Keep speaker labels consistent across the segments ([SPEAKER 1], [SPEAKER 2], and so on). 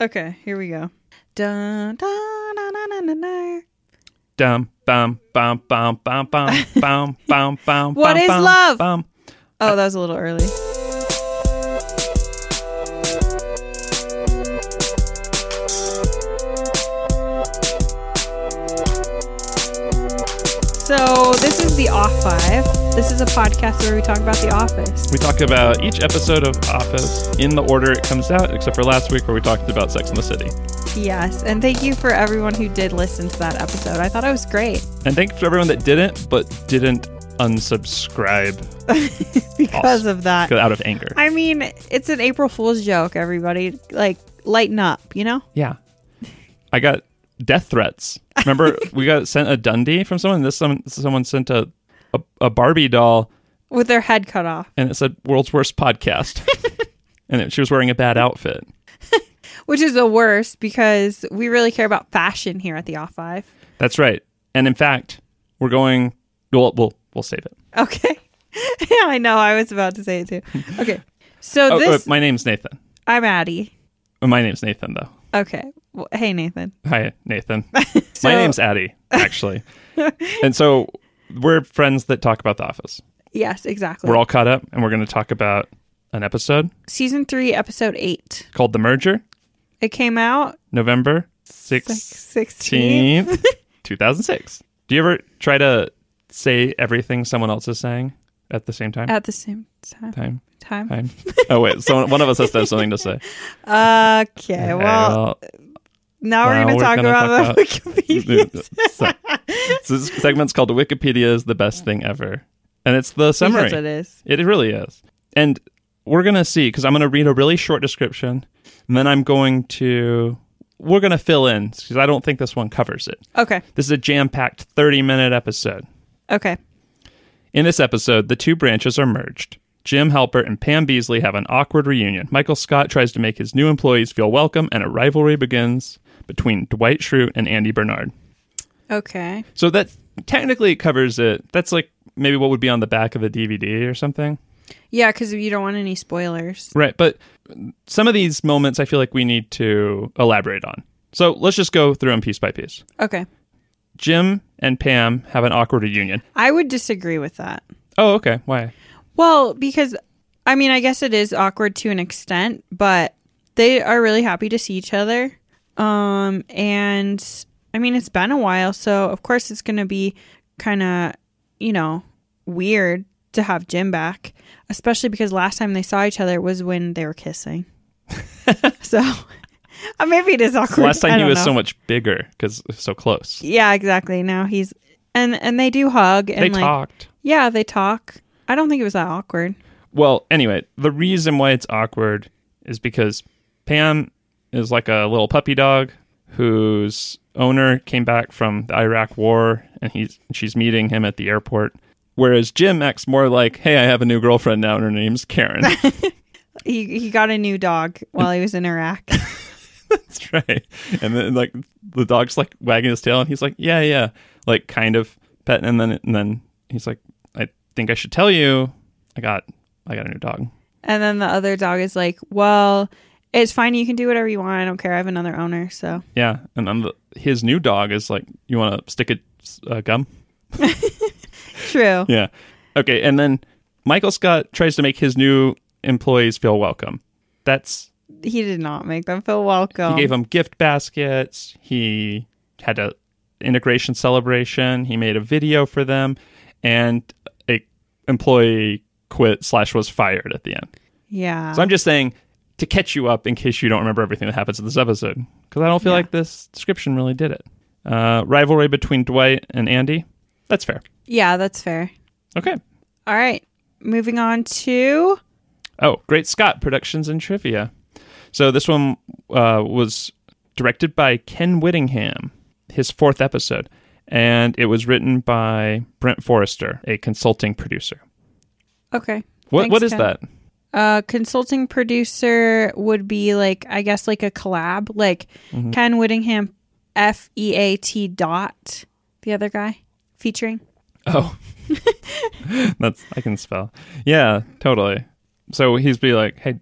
[SPEAKER 1] Okay, here we go. Dun, dun, dun, dun, dun, dun, dun.
[SPEAKER 2] Dum bum bum bum bum bum bum bum bum.
[SPEAKER 1] What
[SPEAKER 2] bum,
[SPEAKER 1] is
[SPEAKER 2] bum,
[SPEAKER 1] love?
[SPEAKER 2] Bum.
[SPEAKER 1] Oh, that was a little early. So, this is The Off Five. This is a podcast where we talk about The Office.
[SPEAKER 2] We talk about each episode of Office in the order it comes out, except for last week where we talked about Sex in the City.
[SPEAKER 1] Yes, and thank you for everyone who did listen to that episode. I thought it was great
[SPEAKER 2] And thanks to everyone that didn't, but didn't unsubscribe
[SPEAKER 1] because of that.
[SPEAKER 2] out of anger.
[SPEAKER 1] I mean, it's an April Fool's joke, everybody. Like, lighten up, you know?
[SPEAKER 2] Yeah. I got death threats. Remember, we got sent a Dundee from someone. This some, someone sent a, a a Barbie doll,
[SPEAKER 1] With their head cut off,
[SPEAKER 2] and it said "World's Worst Podcast," and it, she was wearing a bad outfit.
[SPEAKER 1] which is the worst because we really care about fashion here at the Off Five.
[SPEAKER 2] That's right. And in fact, we're going. We'll we'll, we'll save it.
[SPEAKER 1] Okay. yeah, I know. I was about to say it too. Okay. So
[SPEAKER 2] Oh,
[SPEAKER 1] this,
[SPEAKER 2] uh, my name's Nathan.
[SPEAKER 1] I'm Addie.
[SPEAKER 2] Uh, My name's Nathan, though.
[SPEAKER 1] Okay. Well, hey, Nathan.
[SPEAKER 2] Hi, Nathan.
[SPEAKER 1] So-
[SPEAKER 2] my name's Addie, actually. and so we're friends that talk about The Office.
[SPEAKER 1] Yes, exactly.
[SPEAKER 2] We're all caught up, and we're going to talk about an episode
[SPEAKER 1] Season three, episode eight.
[SPEAKER 2] called "The Merger,"
[SPEAKER 1] It came out
[SPEAKER 2] November
[SPEAKER 1] like
[SPEAKER 2] sixth.
[SPEAKER 1] 16.
[SPEAKER 2] 16th, 2006. Do you ever try to say everything someone else is saying at the same time?
[SPEAKER 1] at the same time.
[SPEAKER 2] time,
[SPEAKER 1] Time.
[SPEAKER 2] time. Oh wait, so one of us has to have something to say.
[SPEAKER 1] Okay. Well, now we're
[SPEAKER 2] now
[SPEAKER 1] going to
[SPEAKER 2] we're
[SPEAKER 1] talk
[SPEAKER 2] gonna
[SPEAKER 1] about
[SPEAKER 2] talk
[SPEAKER 1] the
[SPEAKER 2] Okay,
[SPEAKER 1] Wikipedia.
[SPEAKER 2] well, so, so this segment's called "Wikipedia is the best thing ever," and it's the summary.
[SPEAKER 1] That's what it is.
[SPEAKER 2] It really is. And we're going to see because I'm going to read a really short description and then I'm going to, we're going to fill in because I don't think this one covers it.
[SPEAKER 1] Okay.
[SPEAKER 2] This is a jam packed 30 minute episode.
[SPEAKER 1] Okay.
[SPEAKER 2] In this episode, the two branches are merged. Jim Halpert and Pam Beasley have an awkward reunion. Michael Scott tries to make his new employees feel welcome, and a rivalry begins between Dwight Schrute and Andy Bernard.
[SPEAKER 1] Okay.
[SPEAKER 2] So that technically covers it. That's like maybe what would be on the back of a DVD or something.
[SPEAKER 1] Yeah, because you don't want any spoilers.
[SPEAKER 2] Right, but some of these moments I feel like we need to elaborate on. So let's just go through them piece by piece.
[SPEAKER 1] Okay.
[SPEAKER 2] Jim and Pam have an awkward reunion.
[SPEAKER 1] I would disagree with that.
[SPEAKER 2] Oh, okay. Why?
[SPEAKER 1] Well, because I mean, I guess it is awkward to an extent, but they are really happy to see each other. Um, and I mean, it's been a while, so of course it's going to be kind of, you know, weird to have Jim back, especially because last time they saw each other was when they were kissing. so uh, maybe it is awkward.
[SPEAKER 2] Last
[SPEAKER 1] I
[SPEAKER 2] time he
[SPEAKER 1] don't
[SPEAKER 2] was
[SPEAKER 1] know.
[SPEAKER 2] so much bigger because so close.
[SPEAKER 1] Yeah, exactly. Now he's and and they do hug and
[SPEAKER 2] They
[SPEAKER 1] like
[SPEAKER 2] talked.
[SPEAKER 1] yeah, they talk. I don't think it was that awkward.
[SPEAKER 2] Well, anyway, the reason why it's awkward is because Pam is like a little puppy dog whose owner came back from the Iraq War, and he's she's meeting him at the airport. Whereas Jim acts more like, "Hey, I have a new girlfriend now, and her name's Karen."
[SPEAKER 1] He he got a new dog while he was in Iraq.
[SPEAKER 2] That's right. And then like the dog's like wagging his tail, and he's like, "Yeah, yeah," like kind of petting. And then and then he's like, "I think I should tell you, I got I got a new dog."
[SPEAKER 1] and then the other dog is like, "Well, it's fine. You can do whatever you want. I don't care. I have another owner." So
[SPEAKER 2] Yeah, and then the, his new dog is like, "You want to stick a uh, gum?"
[SPEAKER 1] true.
[SPEAKER 2] Yeah. Okay, and then Michael Scott tries to make his new employees feel welcome. That's
[SPEAKER 1] He did not make them feel
[SPEAKER 2] he
[SPEAKER 1] welcome.
[SPEAKER 2] gave them gift baskets. He had a integration celebration. He made a video for them, and a employee quit slash was fired at the end.
[SPEAKER 1] yeah.
[SPEAKER 2] So I'm just saying to catch you up in case you don't remember everything that happens in this episode because I don't feel
[SPEAKER 1] Yeah.
[SPEAKER 2] like this description really did it. Uh, rivalry between Dwight and Andy. That's fair.
[SPEAKER 1] yeah, that's fair.
[SPEAKER 2] Okay.
[SPEAKER 1] All right. Moving on to
[SPEAKER 2] Oh, Great Scott Productions and Trivia. So this one uh, was directed by Ken Whittingham, his fourth episode, and it was written by Brent Forrester, a consulting producer.
[SPEAKER 1] okay.
[SPEAKER 2] What
[SPEAKER 1] Thanks,
[SPEAKER 2] what is
[SPEAKER 1] Ken.
[SPEAKER 2] that?
[SPEAKER 1] Uh, consulting producer would be like I guess like a collab, like Ken Whittingham, F E A T dot the other guy featuring.
[SPEAKER 2] Oh, that's I can spell. Yeah, totally. So he's be like, hey,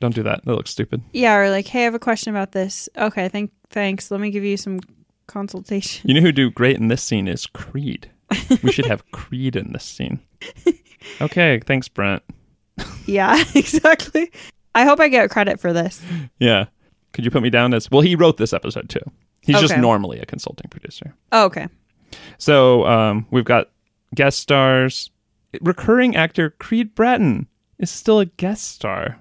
[SPEAKER 2] Don't do that. That looks stupid.
[SPEAKER 1] Yeah, or like, hey, I have a question about this. Okay, thank thanks. Let me give you some consultation.
[SPEAKER 2] You know who do great in this scene is Creed. We should have Creed in this scene. Okay, thanks, Brent.
[SPEAKER 1] yeah, exactly. I hope I get credit for this.
[SPEAKER 2] Yeah. Could you put me down as well? He wrote this episode too. He's just
[SPEAKER 1] Okay.
[SPEAKER 2] normally a consulting producer.
[SPEAKER 1] Oh, okay.
[SPEAKER 2] So um, we've got guest stars. Recurring actor Creed Bratton is still a guest star.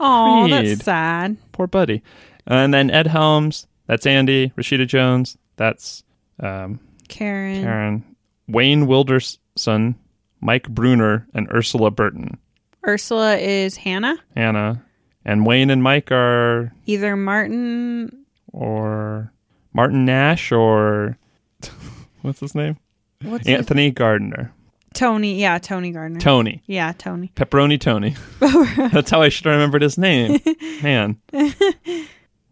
[SPEAKER 1] Oh,
[SPEAKER 2] Creed.
[SPEAKER 1] that's sad.
[SPEAKER 2] Poor buddy. And then Ed Helms. That's Andy. Rashida Jones. That's um,
[SPEAKER 1] Karen.
[SPEAKER 2] Karen. Wayne Wilderson. Mike Bruner and Ursula Burton.
[SPEAKER 1] Ursula is Hannah.
[SPEAKER 2] Hannah. And Wayne and Mike are
[SPEAKER 1] Either Martin.
[SPEAKER 2] or Martin Nash or what's his name?
[SPEAKER 1] What's his-
[SPEAKER 2] Anthony Gardner.
[SPEAKER 1] Tony? Yeah, Tony Gardner.
[SPEAKER 2] Tony.
[SPEAKER 1] yeah, Tony.
[SPEAKER 2] Pepperoni Tony. That's how I should have remembered his name. Man.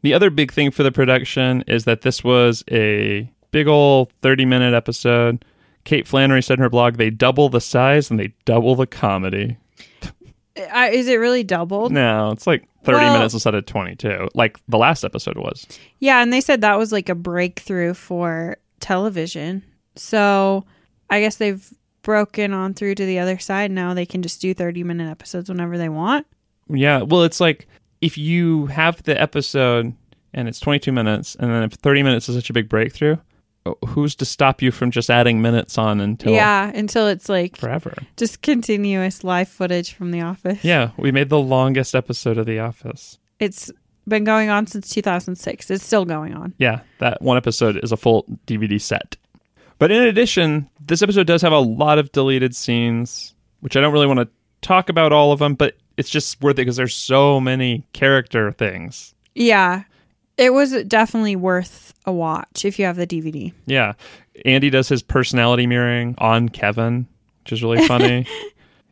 [SPEAKER 2] the other big thing for the production is that this was a big ol' 30 minute episode. Kate Flannery said in her blog, they double the size and they double the comedy.
[SPEAKER 1] I, is it really doubled?
[SPEAKER 2] No, it's like 30
[SPEAKER 1] Well-
[SPEAKER 2] minutes instead of 22, like the last episode was.
[SPEAKER 1] Yeah, and they said that was like a breakthrough for television. So I guess they've broken on through to the other side now. They can just do 30 minute episodes whenever they want.
[SPEAKER 2] Yeah. Well, it's like if you have the episode and it's 22 minutes, and then if 30 minutes is such a big breakthrough, who's to stop you from just adding minutes on until
[SPEAKER 1] Yeah, until it's like
[SPEAKER 2] forever?
[SPEAKER 1] just continuous live footage from The Office.
[SPEAKER 2] Yeah. We made the longest episode of The Office.
[SPEAKER 1] It's been going on since 2006. It's still going on.
[SPEAKER 2] Yeah. That one episode is a full DVD set. But in addition, this episode does have a lot of deleted scenes, which I don't really want to talk about all of them, but it's just worth it because there's so many character things.
[SPEAKER 1] Yeah. It was definitely worth a watch if you have the DVD.
[SPEAKER 2] Yeah. Andy does his personality mirroring on Kevin, which is really funny.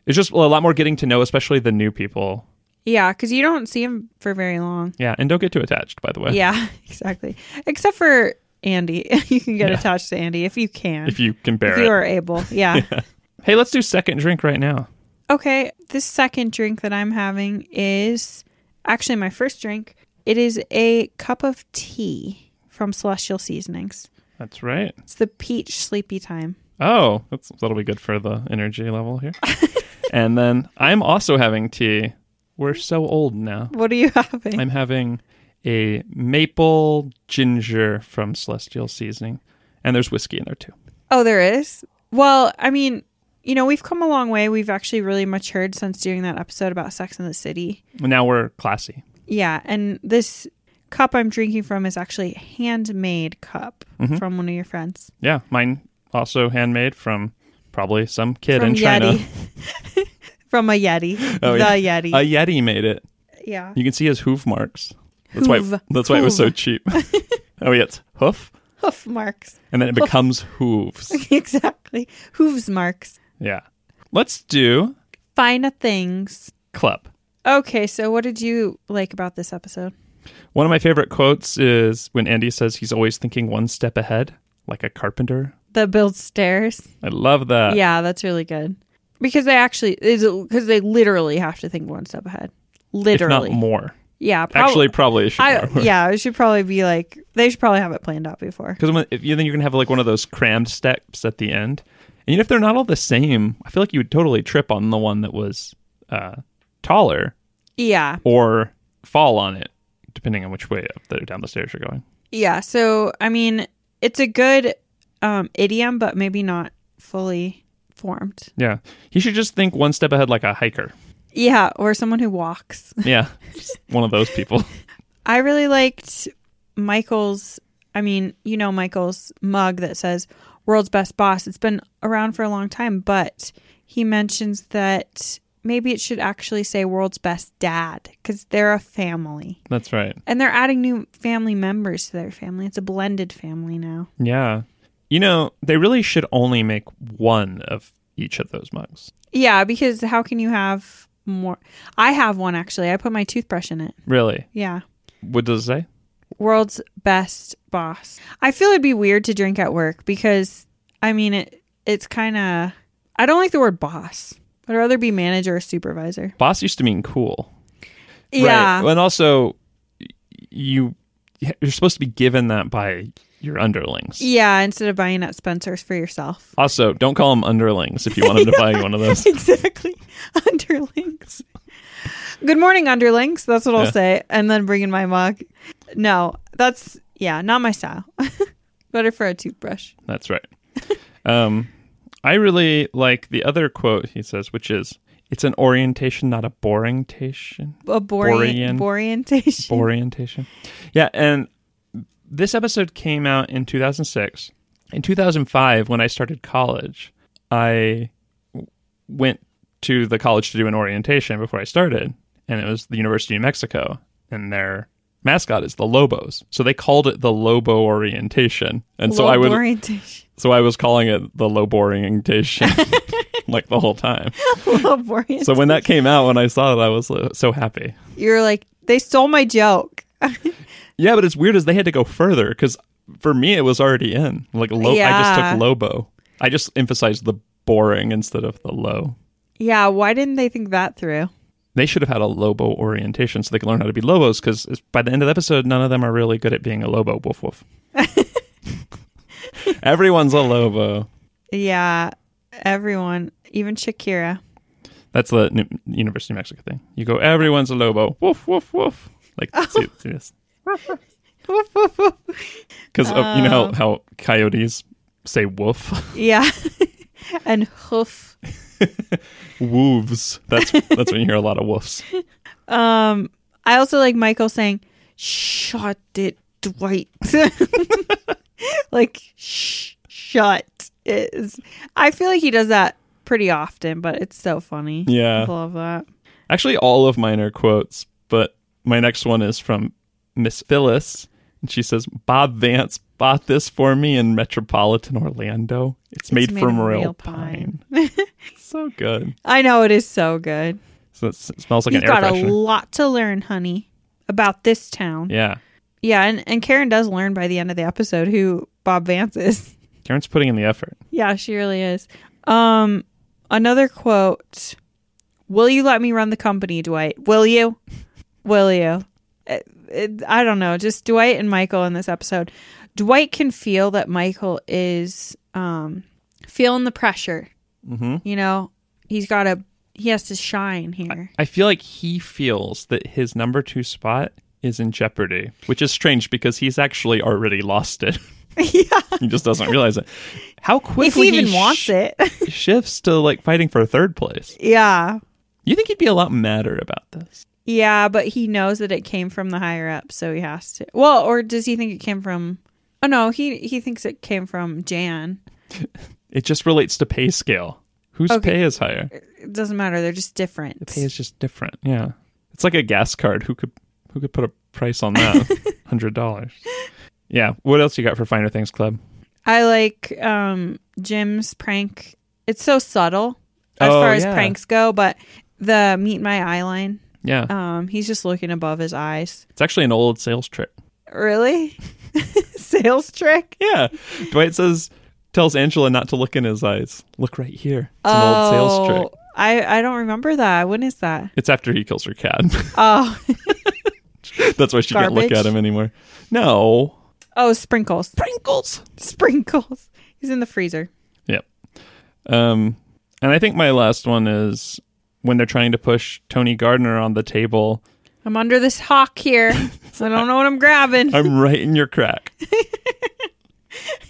[SPEAKER 2] it's just a lot more getting to know, especially the new people.
[SPEAKER 1] Yeah, because you don't see him for very long.
[SPEAKER 2] Yeah. And don't get too attached, by the way.
[SPEAKER 1] Yeah, exactly. Except for Andy. you can get
[SPEAKER 2] Yeah.
[SPEAKER 1] attached to Andy if you can.
[SPEAKER 2] If you can bear
[SPEAKER 1] if you
[SPEAKER 2] it.
[SPEAKER 1] are able. Yeah.
[SPEAKER 2] Hey, let's do second drink right now.
[SPEAKER 1] Okay. This second drink that I'm having is actually my first drink. It is a cup of tea from Celestial Seasonings.
[SPEAKER 2] That's right.
[SPEAKER 1] It's the peach sleepy time.
[SPEAKER 2] Oh, that's, that'll be good for the energy level here. and then I'm also having tea. We're so old now.
[SPEAKER 1] What are you having?
[SPEAKER 2] I'm having a maple ginger from Celestial Seasoning. And there's whiskey in there too.
[SPEAKER 1] oh, there is? Well, I mean, you know, we've come a long way. We've actually really matured since doing that episode about Sex in the City.
[SPEAKER 2] Now we're classy.
[SPEAKER 1] Yeah. And this cup I'm drinking from is actually a handmade cup from one of your friends.
[SPEAKER 2] Yeah, mine also handmade from probably some kid
[SPEAKER 1] from
[SPEAKER 2] in China.
[SPEAKER 1] Yeti. from a Yeti.
[SPEAKER 2] Oh,
[SPEAKER 1] the
[SPEAKER 2] yeah.
[SPEAKER 1] Yeti.
[SPEAKER 2] A Yeti made it.
[SPEAKER 1] yeah.
[SPEAKER 2] You can see his hoof marks. That's why.
[SPEAKER 1] Hoove.
[SPEAKER 2] That's why it was so
[SPEAKER 1] Hoove.
[SPEAKER 2] cheap. oh yeah, it's hoof,
[SPEAKER 1] Hoof marks.
[SPEAKER 2] and then it
[SPEAKER 1] Hoof.
[SPEAKER 2] becomes hooves.
[SPEAKER 1] exactly. Hooves marks.
[SPEAKER 2] Yeah. Let's do
[SPEAKER 1] Fina things.
[SPEAKER 2] club.
[SPEAKER 1] Okay, so what did you like about this episode?
[SPEAKER 2] One of my favorite quotes is when Andy says he's always thinking one step ahead, like a carpenter.
[SPEAKER 1] The build stairs.
[SPEAKER 2] I love that.
[SPEAKER 1] yeah, that's really good. Because they actually is because they literally have to think one step ahead.
[SPEAKER 2] If not
[SPEAKER 1] Literally.
[SPEAKER 2] more.
[SPEAKER 1] yeah, prob-
[SPEAKER 2] Actually, probably it should
[SPEAKER 1] I
[SPEAKER 2] more.
[SPEAKER 1] yeah, it should probably be like they should probably have it planned out before.
[SPEAKER 2] Because if you think you're gonna have like one of those crammed steps at the end, and even if they're not all the same, I feel like you would totally trip on the one that was uh, taller
[SPEAKER 1] Yeah.
[SPEAKER 2] or fall on it, depending on which way up the down the stairs you're going.
[SPEAKER 1] Yeah. So, I mean, it's a good um, idiom, but maybe not fully formed.
[SPEAKER 2] Yeah, you should just think one step ahead like a hiker.
[SPEAKER 1] Yeah. Or someone who walks.
[SPEAKER 2] Yeah, just one of those people.
[SPEAKER 1] I really liked Michael's, I mean, you know, Michael's mug that says world's best boss. It's been around for a long time, but he mentions that maybe it should actually say world's best dad because they're a family
[SPEAKER 2] That's right.
[SPEAKER 1] and they're adding new family members to their family. It's a blended family now.
[SPEAKER 2] Yeah, you know they really should only make one of each of those mugs.
[SPEAKER 1] Yeah, because how can you have more? I have one actually. I put my toothbrush in it.
[SPEAKER 2] Really,
[SPEAKER 1] Yeah.
[SPEAKER 2] what does it say?
[SPEAKER 1] World's best boss. I feel it'd be weird to drink at work because I mean it it's kind of I don't like the word boss. I'd rather be manager or supervisor.
[SPEAKER 2] Boss used to mean cool.
[SPEAKER 1] Yeah.
[SPEAKER 2] Right. And also, y- you you're supposed to be given that by your underlings.
[SPEAKER 1] Yeah, instead of buying at Spencer's for yourself.
[SPEAKER 2] Also, don't call them underlings if you want them to buy you one of those.
[SPEAKER 1] exactly. Underlings. Good morning, underlings. That's what
[SPEAKER 2] Yeah.
[SPEAKER 1] I'll say. And then bring in my mug. No, that's, yeah, not my style. Better for a toothbrush.
[SPEAKER 2] That's right. Um, I really like the other quote he says, which is, "It's an orientation, not a boring tation."
[SPEAKER 1] A
[SPEAKER 2] Borean.
[SPEAKER 1] borean, orientation.
[SPEAKER 2] Orientation. Yeah, and this episode came out in 2006. In 2005, when I started college, I w- went to the college to do an orientation before I started, and it was the University of New Mexico, and their mascot is the Lobos. So they called it the Lobo orientation, and so I
[SPEAKER 1] Lobe
[SPEAKER 2] would
[SPEAKER 1] orientation.
[SPEAKER 2] so I was calling it the low orientation like the whole time.
[SPEAKER 1] Lobe orientation.
[SPEAKER 2] So when that came out, when I saw it, I was uh, so happy.
[SPEAKER 1] You're like, they stole my joke.
[SPEAKER 2] Yeah, but it's weird as they had to go further because for me it was already in. Like low, I just
[SPEAKER 1] Yeah.
[SPEAKER 2] took Lobo. I just emphasized the boring instead of the low.
[SPEAKER 1] yeah, why didn't they think that through?
[SPEAKER 2] They should have had a Lobo orientation so they could learn how to be Lobos because by the end of the episode, none of them are really good at being a Lobo. Woof woof. Everyone's a Lobo.
[SPEAKER 1] Yeah, everyone, even Shakira.
[SPEAKER 2] That's the New- University of Mexico thing. You go, everyone's a Lobo. Woof, woof, woof. Like, see, see this.
[SPEAKER 1] Woof, woof, woof.
[SPEAKER 2] Because oh, you know how, how coyotes say woof?
[SPEAKER 1] Yeah. and hoof.
[SPEAKER 2] Woofs. That's, that's when you hear a lot of woofs.
[SPEAKER 1] Um, I also like Michael saying, "Shut it, Dwight." like, shh, shut it. Is, I feel like he does that pretty often, but it's so funny.
[SPEAKER 2] Yeah.
[SPEAKER 1] I love that.
[SPEAKER 2] Actually, all of mine are quotes, but my next one is from Miss Phyllis. And she says, Bob Vance bought this for me in metropolitan Orlando. It's, made,
[SPEAKER 1] made
[SPEAKER 2] from
[SPEAKER 1] of
[SPEAKER 2] real,
[SPEAKER 1] real
[SPEAKER 2] pine.
[SPEAKER 1] pine."
[SPEAKER 2] so good.
[SPEAKER 1] I know it is so good.
[SPEAKER 2] So it's, it smells like
[SPEAKER 1] You've
[SPEAKER 2] an air
[SPEAKER 1] got a
[SPEAKER 2] freshener.
[SPEAKER 1] lot to learn, honey, about this town. Yeah,
[SPEAKER 2] yeah.
[SPEAKER 1] and, and Karen does learn by the end of the episode who Bob Vance is.
[SPEAKER 2] Karen's putting in the effort.
[SPEAKER 1] Yeah, she really is. Um, another quote: "Will you let me run the company, Dwight? Will you? Will you?" It- it- I don't know. Just Dwight and Michael in this episode. Dwight can feel that Michael is um, feeling the pressure.
[SPEAKER 2] Mm-hmm.
[SPEAKER 1] You know, he's got to. He has to shine here.
[SPEAKER 2] I feel like he feels that his number two spot is in jeopardy, which is strange because he's actually already lost it.
[SPEAKER 1] yeah,
[SPEAKER 2] he just doesn't realize it. How
[SPEAKER 1] if
[SPEAKER 2] quickly
[SPEAKER 1] he even
[SPEAKER 2] sh-
[SPEAKER 1] wants it.
[SPEAKER 2] shifts to like fighting for third place.
[SPEAKER 1] yeah,
[SPEAKER 2] You think he'd be a lot madder about this?
[SPEAKER 1] yeah, but he knows that it came from the higher up, so he has to. Well, or does he think it came from? Oh no, he he thinks it came from Jan.
[SPEAKER 2] It just relates to pay scale. Whose
[SPEAKER 1] Okay.
[SPEAKER 2] pay is higher?
[SPEAKER 1] It doesn't matter. They're just different.
[SPEAKER 2] Pay is just different. Yeah, it's like a gas card. Who could who could put a price on that? Hundred dollars. Yeah. What else you got for Finer Things Club?
[SPEAKER 1] I like um, Jim's prank. It's so subtle as
[SPEAKER 2] Oh,
[SPEAKER 1] far as
[SPEAKER 2] yeah.
[SPEAKER 1] pranks go, but the meet my eye line.
[SPEAKER 2] Yeah,
[SPEAKER 1] Um, he's just looking above his eyes.
[SPEAKER 2] it's actually an old sales trick.
[SPEAKER 1] Really, sales trick.
[SPEAKER 2] Yeah. Dwight says, tells Angela not to look in his eyes. Look right here. It's an old sales trick.
[SPEAKER 1] Oh, I I don't remember that. When is that?
[SPEAKER 2] It's after he kills her cat.
[SPEAKER 1] Oh
[SPEAKER 2] That's why she can't look
[SPEAKER 1] Garbage.
[SPEAKER 2] at him anymore. No.
[SPEAKER 1] oh sprinkles
[SPEAKER 2] Sprinkles.
[SPEAKER 1] sprinkles. He's in the freezer.
[SPEAKER 2] Yep. Um, and I think my last one is when they're trying to push Tony Gardner on the table.
[SPEAKER 1] I'm under this hawk here. I don't know what I'm grabbing.
[SPEAKER 2] I'm right in your crack.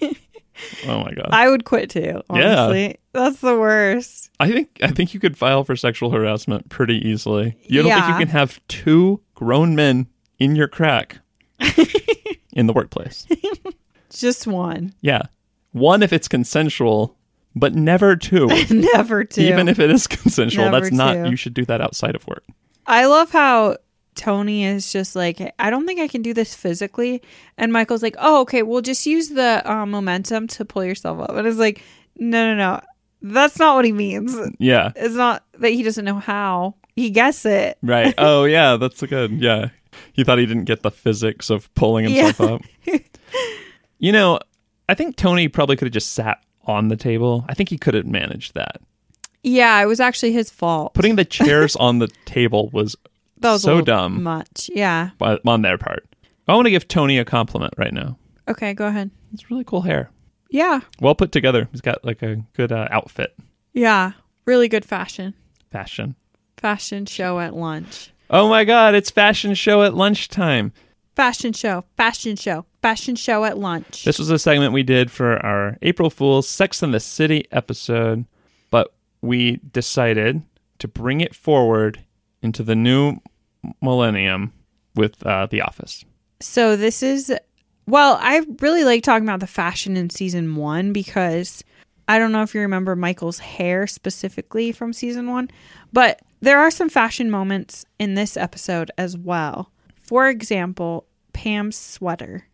[SPEAKER 2] oh my god.
[SPEAKER 1] I would quit too.
[SPEAKER 2] Yeah.
[SPEAKER 1] Honestly, that's the worst.
[SPEAKER 2] I think I think you could file for sexual harassment pretty easily. You don't think
[SPEAKER 1] Yeah.
[SPEAKER 2] you can have two grown men in your crack in the workplace.
[SPEAKER 1] Just one.
[SPEAKER 2] Yeah. One if it's consensual, but never two.
[SPEAKER 1] Never do.
[SPEAKER 2] Even if it is consensual,
[SPEAKER 1] Never
[SPEAKER 2] that's not
[SPEAKER 1] two.
[SPEAKER 2] you should do that outside of work.
[SPEAKER 1] I love how Tony is just like, I don't think I can do this physically, and Michael's like, Oh, okay, well, just use the uh, momentum to pull yourself up, and it's like, No, no, no, that's not what he means.
[SPEAKER 2] Yeah.
[SPEAKER 1] It's not that he doesn't know how. He gets it.
[SPEAKER 2] Right. Oh yeah, that's good. Yeah. He thought he didn't get the physics of pulling himself
[SPEAKER 1] Yeah.
[SPEAKER 2] up. You know, I think Tony probably could have just sat on the table. I think he could have managed that.
[SPEAKER 1] Yeah, it was actually his fault.
[SPEAKER 2] Putting the chairs on the table was
[SPEAKER 1] That was a
[SPEAKER 2] So
[SPEAKER 1] little
[SPEAKER 2] dumb.
[SPEAKER 1] Much. Yeah.
[SPEAKER 2] by- on their part. I want to give Tony a compliment right now.
[SPEAKER 1] Okay, go ahead.
[SPEAKER 2] It's really cool hair.
[SPEAKER 1] Yeah.
[SPEAKER 2] Well put together. He's got like a good uh, outfit
[SPEAKER 1] Yeah. Really good fashion.
[SPEAKER 2] fashion.
[SPEAKER 1] Fashion show at lunch.
[SPEAKER 2] Oh my God, it's fashion show at lunchtime.
[SPEAKER 1] Fashion show. Fashion show. Fashion show at lunch.
[SPEAKER 2] This was a segment we did for our April Fool's Sex and the City episode, but we decided to bring it forward into the new millennium with uh, The Office.
[SPEAKER 1] So this is well, I really like talking about the fashion in season 1 because I don't know if you remember Michael's hair specifically from season 1, but there are some fashion moments in this episode as well. For example, Pam's sweater.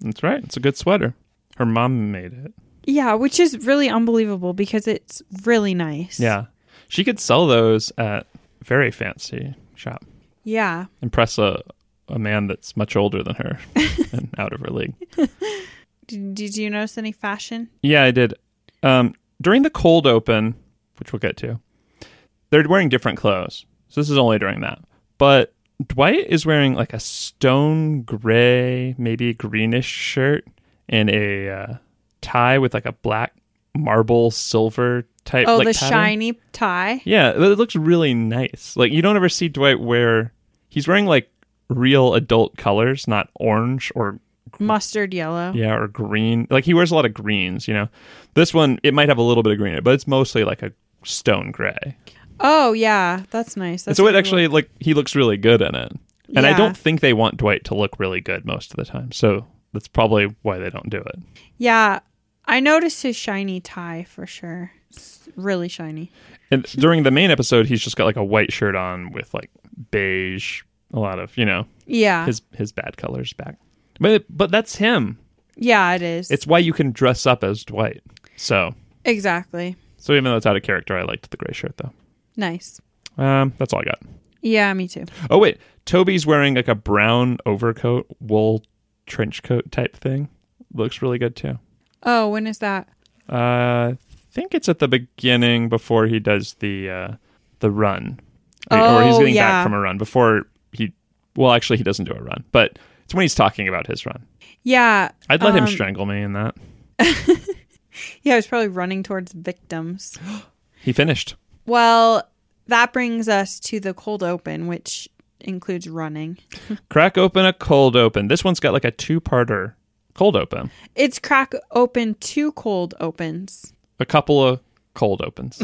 [SPEAKER 2] That's right. It's a good sweater. Her mom made it.
[SPEAKER 1] Yeah, which is really unbelievable because it's really nice.
[SPEAKER 2] Yeah. She could sell those at very fancy shop.
[SPEAKER 1] Yeah.
[SPEAKER 2] Impress a, a man that's much older than her and out of her league.
[SPEAKER 1] Did, did you notice any fashion?
[SPEAKER 2] Yeah, I did. Um, during the cold open, which we'll get to, they're wearing different clothes. So this is only during that. But Dwight is wearing like a stone gray, maybe greenish shirt and a uh, tie with like a black marble silver type.
[SPEAKER 1] Oh,
[SPEAKER 2] like,
[SPEAKER 1] the
[SPEAKER 2] pattern.
[SPEAKER 1] shiny tie.
[SPEAKER 2] Yeah, it looks really nice. Like you don't ever see Dwight wear. He's wearing like real adult colors, not orange or
[SPEAKER 1] Mustard yellow.
[SPEAKER 2] yeah, or green. Like he wears a lot of greens, you know. This one it might have a little bit of green, in it, but it's mostly like a stone gray.
[SPEAKER 1] Oh, yeah. That's nice.
[SPEAKER 2] And
[SPEAKER 1] That's
[SPEAKER 2] so it
[SPEAKER 1] really-
[SPEAKER 2] actually like he looks really good in it. And I
[SPEAKER 1] Yeah.
[SPEAKER 2] don't think they want Dwight to look really good most of the time. So that's probably why they don't do it.
[SPEAKER 1] Yeah, I noticed his shiny tie for sure. It's really shiny.
[SPEAKER 2] And during the main episode, he's just got like a white shirt on with like beige, a lot of, you know,
[SPEAKER 1] Yeah.
[SPEAKER 2] his his bad colors back. But but that's him.
[SPEAKER 1] yeah, it is.
[SPEAKER 2] It's why you can dress up as Dwight. So
[SPEAKER 1] exactly.
[SPEAKER 2] so even though it's out of character, I liked the gray shirt though.
[SPEAKER 1] Nice.
[SPEAKER 2] Um, that's all I got.
[SPEAKER 1] Yeah, me too.
[SPEAKER 2] Oh wait, Toby's wearing like a brown overcoat, wool trench coat type thing. Looks really good too.
[SPEAKER 1] Oh, when is that?
[SPEAKER 2] Uh, I think it's at the beginning before he does the uh, the run, Or- or he's
[SPEAKER 1] Oh,
[SPEAKER 2] getting
[SPEAKER 1] yeah.
[SPEAKER 2] back from a run before he. Well, actually, he doesn't do a run, but it's when he's talking about his run.
[SPEAKER 1] Yeah.
[SPEAKER 2] I'd let him
[SPEAKER 1] um,
[SPEAKER 2] strangle me in that.
[SPEAKER 1] Yeah, he's probably running towards victims.
[SPEAKER 2] He finished.
[SPEAKER 1] Well, that brings us to the cold open, which includes running.
[SPEAKER 2] Crack open a cold open. This one's got like a two parter cold open.
[SPEAKER 1] It's crack open two cold opens.
[SPEAKER 2] A couple of cold opens.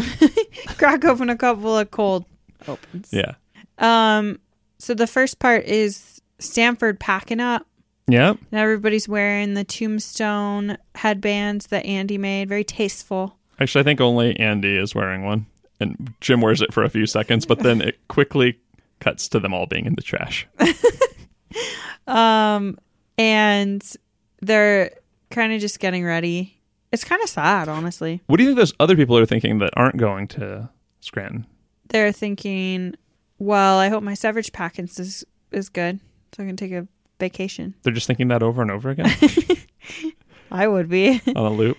[SPEAKER 1] Crack open a couple of cold opens.
[SPEAKER 2] yeah.
[SPEAKER 1] Um. So the first part is Stanford packing up.
[SPEAKER 2] Yep.
[SPEAKER 1] And everybody's wearing the tombstone headbands that Andy made. Very tasteful.
[SPEAKER 2] Actually, I think only Andy is wearing one, and Jim wears it for a few seconds, but then it quickly cuts to them all being in the trash.
[SPEAKER 1] Um, and they're kind of just getting ready. It's kind of sad, honestly.
[SPEAKER 2] What do you think those other people are thinking that aren't going to Scranton?
[SPEAKER 1] They're thinking, well, I hope my severage package is, is good so I can take a vacation.
[SPEAKER 2] They're just thinking that over and over again
[SPEAKER 1] I would be.
[SPEAKER 2] on a loop.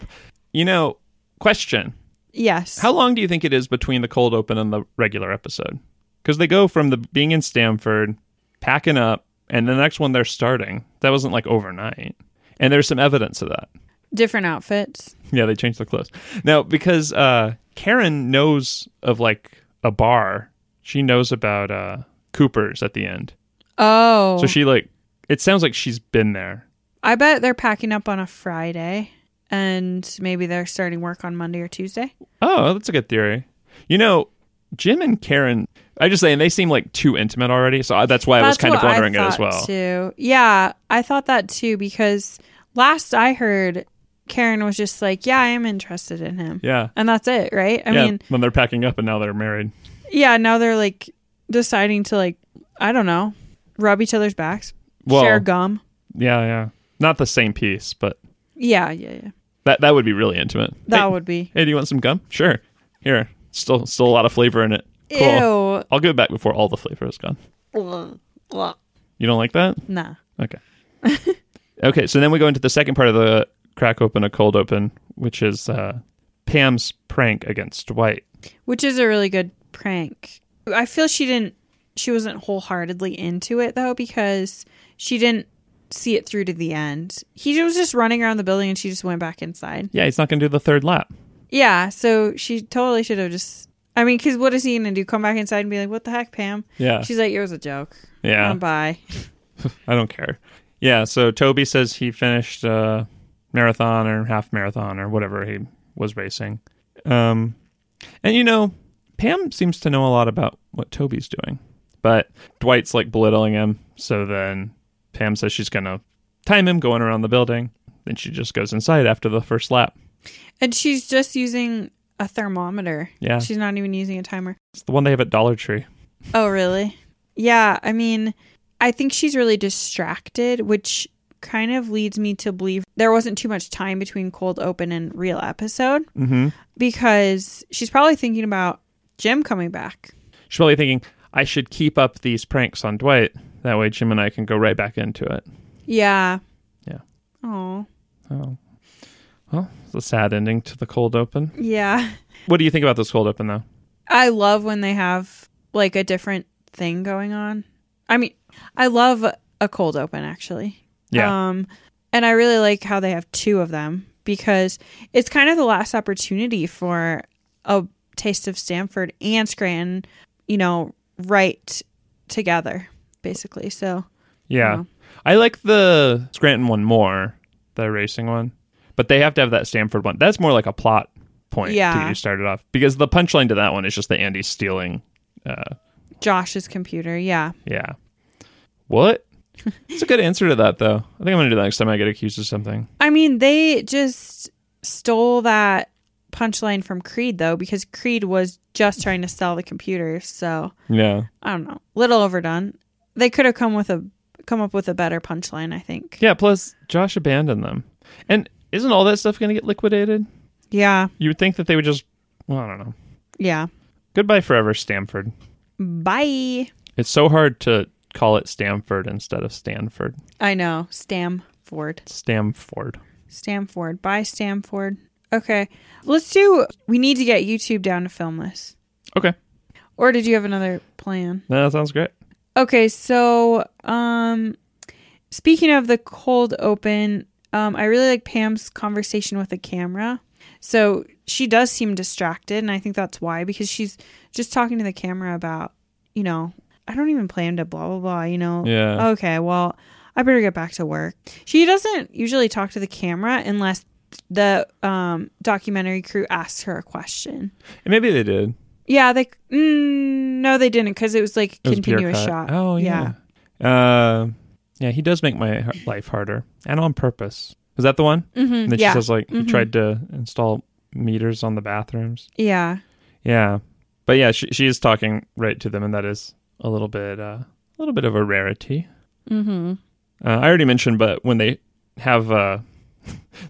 [SPEAKER 2] You know, question:
[SPEAKER 1] yes.
[SPEAKER 2] How long do you think it is between the cold open and the regular episode? Because they go from the being in Stanford, packing up, and the next one they're starting. That wasn't like overnight, and there's some evidence of that.
[SPEAKER 1] Different outfits.
[SPEAKER 2] Yeah, they changed the clothes. Now, because uh, Karen knows of like a bar, she knows about uh, Cooper's at the end.
[SPEAKER 1] Oh.
[SPEAKER 2] So she like it sounds like she's been there.
[SPEAKER 1] I bet they're packing up on a Friday and maybe they're starting work on Monday or Tuesday.
[SPEAKER 2] Oh, that's a good theory. You know, Jim and Karen, I just saying they seem like too intimate already. So I, that's why I was
[SPEAKER 1] That's
[SPEAKER 2] kind of
[SPEAKER 1] what I
[SPEAKER 2] wondering it as
[SPEAKER 1] thought,
[SPEAKER 2] well.
[SPEAKER 1] Too. Yeah, I thought that too because last I heard, Karen was just like, "Yeah, I am interested in him,"
[SPEAKER 2] Yeah.
[SPEAKER 1] and that's it, right? I
[SPEAKER 2] yeah,
[SPEAKER 1] mean,
[SPEAKER 2] when they're packing up and now they're married.
[SPEAKER 1] yeah. Now they're like deciding to like, I don't know, rub each other's backs,
[SPEAKER 2] Well-
[SPEAKER 1] share gum.
[SPEAKER 2] Yeah, yeah. Not the same piece, but
[SPEAKER 1] Yeah, yeah, yeah.
[SPEAKER 2] that that would be really intimate.
[SPEAKER 1] That
[SPEAKER 2] hey,
[SPEAKER 1] would be.
[SPEAKER 2] hey, do you want some gum? Sure. Here. Still still a lot of flavor in it. Cool.
[SPEAKER 1] Ew.
[SPEAKER 2] I'll give it back before all the flavor is gone.
[SPEAKER 1] Ugh. Ugh.
[SPEAKER 2] You don't like that?
[SPEAKER 1] Nah.
[SPEAKER 2] Okay. okay, so then we go into the second part of the crack open, a cold open, which is uh, Pam's prank against Dwight.
[SPEAKER 1] Which is a really good prank. I feel she didn't she wasn't wholeheartedly into it though because she didn't see it through to the end. He was just running around the building and she just went back inside.
[SPEAKER 2] Yeah, he's not going to do the third lap.
[SPEAKER 1] Yeah, so she totally should have just. I mean, because what is he gonna do? Come back inside and be like, "What the heck, Pam?"
[SPEAKER 2] Yeah.
[SPEAKER 1] She's like, "It was a joke."
[SPEAKER 2] yeah.
[SPEAKER 1] Um, bye.
[SPEAKER 2] I don't care. Yeah, so Toby says he finished uh, marathon or half marathon or whatever he was racing. Um, and you know, Pam seems to know a lot about what Toby's doing, but Dwight's like belittling him. So then Pam says she's going to time him going around the building. Then she just goes inside after the first lap.
[SPEAKER 1] And she's just using a thermometer.
[SPEAKER 2] Yeah.
[SPEAKER 1] She's not even using a timer.
[SPEAKER 2] It's the one they have at Dollar Tree.
[SPEAKER 1] Oh, really? Yeah, I mean, I think she's really distracted, which kind of leads me to believe there wasn't too much time between cold open and real episode
[SPEAKER 2] Mm-hmm.
[SPEAKER 1] because she's probably thinking about Jim coming back.
[SPEAKER 2] She's probably thinking, I should keep up these pranks on Dwight. That way Jim and I can go right back into it.
[SPEAKER 1] Yeah.
[SPEAKER 2] Yeah.
[SPEAKER 1] Oh.
[SPEAKER 2] Oh. Well, it's a sad ending to the cold open.
[SPEAKER 1] Yeah.
[SPEAKER 2] What do you think about this cold open, though?
[SPEAKER 1] I love when they have like a different thing going on. I mean, I love a cold open actually.
[SPEAKER 2] Yeah.
[SPEAKER 1] Um and I really like how they have two of them because it's kind of the last opportunity for a taste of Stanford and Scranton, you know, right together basically. So,
[SPEAKER 2] yeah.
[SPEAKER 1] no.
[SPEAKER 2] I like the Scranton one more, the racing one, but they have to have that Stanford one. That's more like a plot point
[SPEAKER 1] Yeah.
[SPEAKER 2] to get you started off because the punchline to that one is just the Andy stealing. Uh,
[SPEAKER 1] Josh's computer, yeah.
[SPEAKER 2] yeah. What? It's a good answer to that, though. I think I'm going to do that next time I get accused of something.
[SPEAKER 1] I mean, they just stole that punchline from Creed though because Creed was just trying to sell the computer, so
[SPEAKER 2] Yeah.
[SPEAKER 1] I don't know, little overdone. They could have come with a come up with a better punchline, I think.
[SPEAKER 2] Yeah. Plus, Josh abandoned them. And isn't all that stuff going to get liquidated?
[SPEAKER 1] Yeah,
[SPEAKER 2] You would think that they would just, well, I don't know.
[SPEAKER 1] yeah.
[SPEAKER 2] Goodbye forever, Stanford.
[SPEAKER 1] Bye.
[SPEAKER 2] It's so hard to call it Stanford instead of Stanford.
[SPEAKER 1] I know. Stamford.
[SPEAKER 2] Stamford.
[SPEAKER 1] Stamford. Bye, Stamford. Okay. Let's do we need to get YouTube down to film this.
[SPEAKER 2] Okay.
[SPEAKER 1] Or did you have another plan?
[SPEAKER 2] No, that sounds great.
[SPEAKER 1] Okay, so um speaking of the cold open, um I really like Pam's conversation with the camera. So she does seem distracted and I think that's why because she's just talking to the camera about, you know, I don't even plan to blah blah blah, you know.
[SPEAKER 2] Yeah.
[SPEAKER 1] Okay, well, I better get back to work. She doesn't usually talk to the camera unless the um documentary crew asks her a question.
[SPEAKER 2] And maybe they did.
[SPEAKER 1] Yeah, they mm, no, they didn't because it was like
[SPEAKER 2] It was a pure
[SPEAKER 1] continuous
[SPEAKER 2] cut.
[SPEAKER 1] shot.
[SPEAKER 2] Oh, yeah. Yeah. Uh, yeah, he does make my h- life harder and on purpose. Is that the one?
[SPEAKER 1] Mm-hmm.
[SPEAKER 2] And then
[SPEAKER 1] yeah.
[SPEAKER 2] she says, like, he
[SPEAKER 1] Mhm.
[SPEAKER 2] tried to install meters on the bathrooms.
[SPEAKER 1] yeah.
[SPEAKER 2] Yeah. But yeah, she, she is talking right to them, and that is a little bit, uh, a little bit of a rarity.
[SPEAKER 1] Mm-hmm.
[SPEAKER 2] Uh, I already mentioned, but when they have uh,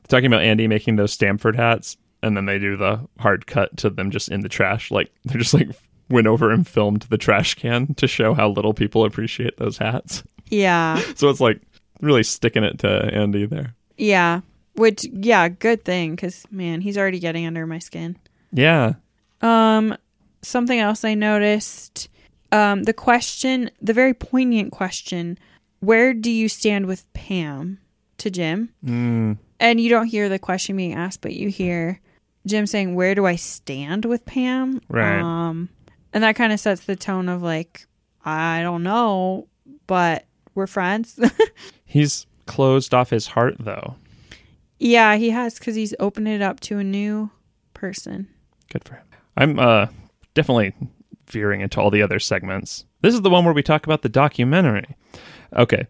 [SPEAKER 2] talking about Andy making those Stanford hats, and then they do the hard cut to them just in the trash, like they're just like went over and filmed the trash can to show how little people appreciate those hats.
[SPEAKER 1] Yeah.
[SPEAKER 2] So it's like really sticking it to Andy there.
[SPEAKER 1] Yeah. Which, yeah, good thing because, man, he's already getting under my skin.
[SPEAKER 2] Yeah,
[SPEAKER 1] Um, something else I noticed um, the question, the very poignant question, where do you stand with Pam to Jim?
[SPEAKER 2] mm,
[SPEAKER 1] And you don't hear the question being asked, but you hear Jim saying, where do I stand with Pam?
[SPEAKER 2] Right.
[SPEAKER 1] Um, and that kind of sets the tone of like, I don't know, but we're friends.
[SPEAKER 2] he's closed off his heart though.
[SPEAKER 1] Yeah, he has because he's opened it up to a new person.
[SPEAKER 2] Good for him. I'm uh definitely veering into all the other segments. This is the one where we talk about the documentary. Okay.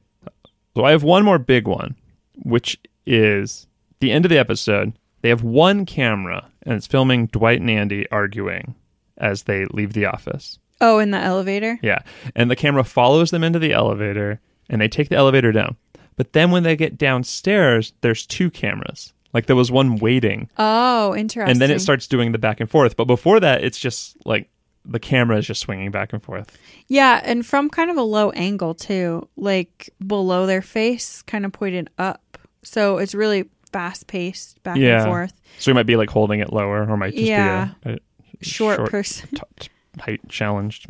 [SPEAKER 2] So I have one more big one, which is the end of the episode. They have one camera and it's filming Dwight and Andy arguing as they leave the office.
[SPEAKER 1] Oh, in the elevator?
[SPEAKER 2] Yeah. And the camera follows them into the elevator and they take the elevator down. But then when they get downstairs, there's two cameras. Like there was one waiting
[SPEAKER 1] Oh, interesting.
[SPEAKER 2] and then it starts doing the back and forth. But before that, it's just like the camera is just swinging back and forth.
[SPEAKER 1] Yeah, and from kind of a low angle too, like below their face, kind of pointed up. So it's really fast paced, back
[SPEAKER 2] Yeah.
[SPEAKER 1] and forth.
[SPEAKER 2] So you might be like holding it lower, or might just
[SPEAKER 1] Yeah.
[SPEAKER 2] be a, a
[SPEAKER 1] Short,
[SPEAKER 2] short
[SPEAKER 1] person.
[SPEAKER 2] t- t- height challenged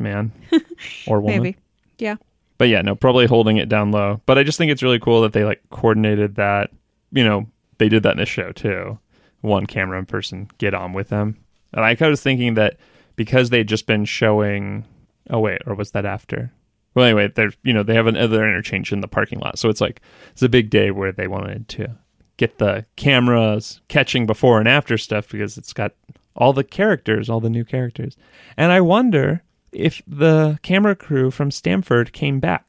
[SPEAKER 2] man or woman.
[SPEAKER 1] Maybe. Yeah.
[SPEAKER 2] But yeah, no, probably holding it down low. But I just think it's really cool that they like coordinated that. You know, they did that in the show too. One camera person get on with them. And I was thinking that because they'd just been showing. Oh wait, or was that after? Well, anyway, they're you know they have another interchange in the parking lot, so it's like it's a big day where they wanted to get the cameras catching before and after stuff because it's got all the characters, all the new characters. And I wonder if the camera crew from Stanford came back.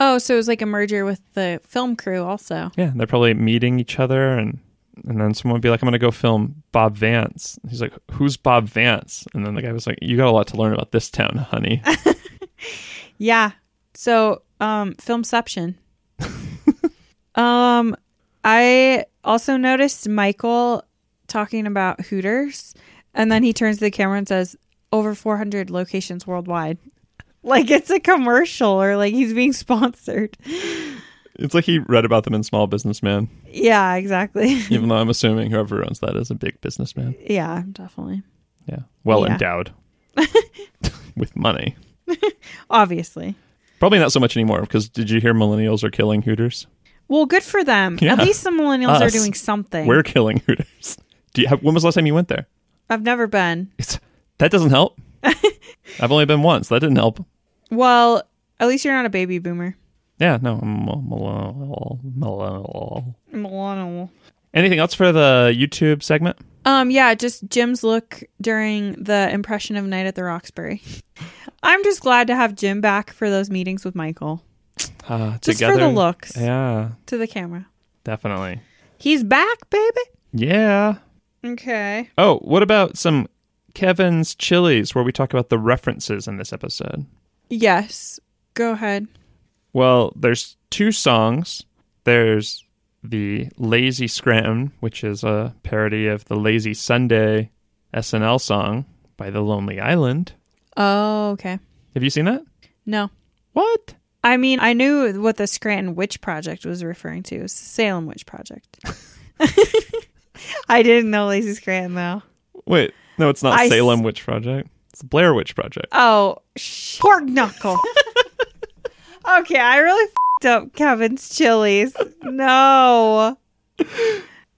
[SPEAKER 1] Oh, so it was like a merger with the film crew also.
[SPEAKER 2] Yeah, they're probably meeting each other and and then someone would be like, I'm gonna go film Bob Vance. He's like, Who's Bob Vance? And then the guy was like, You got a lot to learn about this town, honey.
[SPEAKER 1] Yeah. So, um, filmception. um, I also noticed Michael talking about Hooters, and then he turns to the camera and says, "Over 400 locations worldwide." Like it's a commercial, or like he's being sponsored.
[SPEAKER 2] it's like he read about them in Small Businessman,
[SPEAKER 1] Yeah, exactly.
[SPEAKER 2] even though I'm assuming whoever owns that is a big businessman.
[SPEAKER 1] yeah, definitely.
[SPEAKER 2] Yeah. Well
[SPEAKER 1] Yeah.
[SPEAKER 2] endowed with money.
[SPEAKER 1] Obviously.
[SPEAKER 2] Probably not so much anymore because did you hear millennials are killing Hooters?
[SPEAKER 1] Well, good for them.
[SPEAKER 2] Yeah.
[SPEAKER 1] At least the millennials are
[SPEAKER 2] Us.
[SPEAKER 1] doing something.
[SPEAKER 2] We're killing Hooters. Do you have, when was the last time you went there?
[SPEAKER 1] I've never been.
[SPEAKER 2] It's, that doesn't help. I've only been once. That didn't help.
[SPEAKER 1] Well, at least you're not a baby boomer.
[SPEAKER 2] Yeah, no. I'm a millennial- millennial.
[SPEAKER 1] Millennial.
[SPEAKER 2] Anything else for the YouTube segment?
[SPEAKER 1] Um, yeah, just Jim's look during the impression of Night at the Roxbury. I'm just glad to have Jim back for those meetings with Michael.
[SPEAKER 2] Uh,
[SPEAKER 1] Just
[SPEAKER 2] together.
[SPEAKER 1] for the looks
[SPEAKER 2] Yeah,
[SPEAKER 1] to the camera.
[SPEAKER 2] definitely.
[SPEAKER 1] He's back, baby.
[SPEAKER 2] Yeah.
[SPEAKER 1] Okay.
[SPEAKER 2] Oh, what about some Kevin's Chilies where we talk about the references in this episode?
[SPEAKER 1] Yes. Go ahead.
[SPEAKER 2] Well, there's two songs. There's the Lazy Scranton, which is a parody of the Lazy Sunday SNL song by The Lonely Island.
[SPEAKER 1] Oh, okay.
[SPEAKER 2] Have you seen that?
[SPEAKER 1] No.
[SPEAKER 2] What?
[SPEAKER 1] I mean, I knew what the Scranton Witch Project was referring to. It was the Salem Witch Project. I didn't know Lacey Scranton, though.
[SPEAKER 2] Wait, no, it's not
[SPEAKER 1] I s-
[SPEAKER 2] Salem Witch Project. It's the Blair Witch Project.
[SPEAKER 1] Oh, sh- pork knuckle. okay, I really fed up Kevin's chilies. No.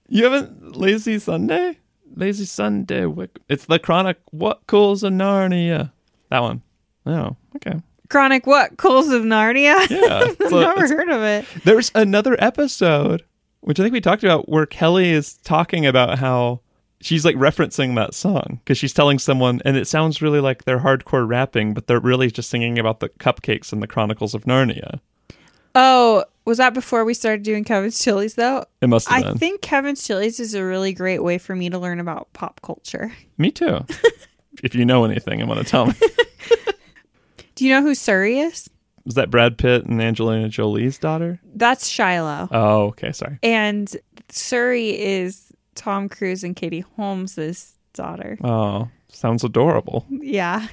[SPEAKER 2] You haven't Lazy Sunday? Lazy Sunday. Wick- It's the chronic What Cools of Narnia. That one. Oh, okay.
[SPEAKER 1] Chronic what? Coals of Narnia?
[SPEAKER 2] Yeah.
[SPEAKER 1] I've
[SPEAKER 2] So
[SPEAKER 1] never
[SPEAKER 2] it's-
[SPEAKER 1] heard of it.
[SPEAKER 2] There's another episode, which I think we talked about, where Kelly is talking about how she's like referencing that song because she's telling someone, and it sounds really like they're hardcore rapping, but they're really just singing about the cupcakes and the Chronicles of Narnia.
[SPEAKER 1] Oh, was that before we started doing Kevin's chilies though?
[SPEAKER 2] It must have
[SPEAKER 1] I
[SPEAKER 2] been.
[SPEAKER 1] think Kevin's chilies is a really great way for me to learn about pop culture.
[SPEAKER 2] Me too. if you know anything, I want to tell me.
[SPEAKER 1] Do you know who Surrey is?
[SPEAKER 2] Is that Brad Pitt and Angelina Jolie's daughter?
[SPEAKER 1] That's Shiloh.
[SPEAKER 2] Oh, okay. Sorry.
[SPEAKER 1] And Surrey is Tom Cruise and Katie Holmes's daughter.
[SPEAKER 2] Oh, sounds adorable.
[SPEAKER 1] Yeah.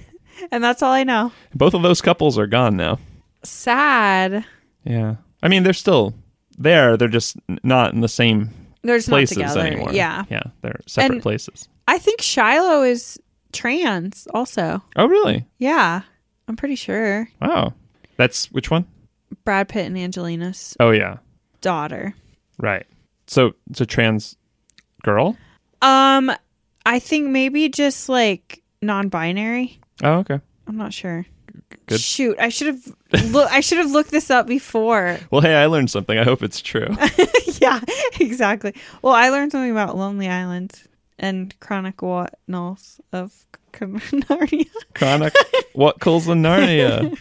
[SPEAKER 1] And that's all I know.
[SPEAKER 2] Both of those couples are gone now.
[SPEAKER 1] Sad.
[SPEAKER 2] Yeah. I mean, they're still there. They're just n- not in the same
[SPEAKER 1] They're just
[SPEAKER 2] places
[SPEAKER 1] not together.
[SPEAKER 2] anymore.
[SPEAKER 1] Yeah.
[SPEAKER 2] Yeah. They're separate
[SPEAKER 1] And-
[SPEAKER 2] places.
[SPEAKER 1] I think Shiloh is trans also.
[SPEAKER 2] Oh, really?
[SPEAKER 1] Yeah. I'm pretty sure.
[SPEAKER 2] Wow. That's which one?
[SPEAKER 1] Brad Pitt and Angelina's
[SPEAKER 2] Oh, yeah.
[SPEAKER 1] daughter.
[SPEAKER 2] Right. So it's a trans girl?
[SPEAKER 1] Um I think maybe just like non-binary.
[SPEAKER 2] Oh, okay.
[SPEAKER 1] I'm not sure.
[SPEAKER 2] Good.
[SPEAKER 1] Shoot, I should have look I should have looked this up before.
[SPEAKER 2] Well, hey, I learned something. I hope it's true.
[SPEAKER 1] yeah, exactly. Well, I learned something about Lonely Island and Chronicles of Narnia.
[SPEAKER 2] Chronic. what calls in Narnia?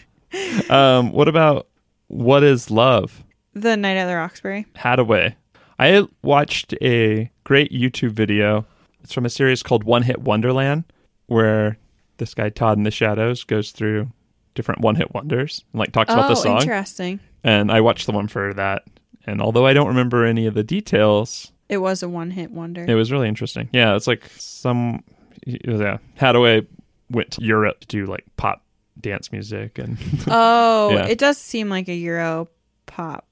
[SPEAKER 2] Um, what about What is Love?
[SPEAKER 1] The Night at the Roxbury.
[SPEAKER 2] Hadaway. I watched a great YouTube video. It's from a series called One Hit Wonderland, where this guy Todd in the Shadows goes through different one hit wonders and like talks about the song.
[SPEAKER 1] Oh, interesting.
[SPEAKER 2] And I watched the one for that. And although I don't remember any of the details,
[SPEAKER 1] It was a one-hit wonder.
[SPEAKER 2] it was really interesting. Yeah, it's like some yeah. Hadaway went to Europe to do like pop dance music and
[SPEAKER 1] oh,
[SPEAKER 2] Yeah.
[SPEAKER 1] it does seem like a Euro pop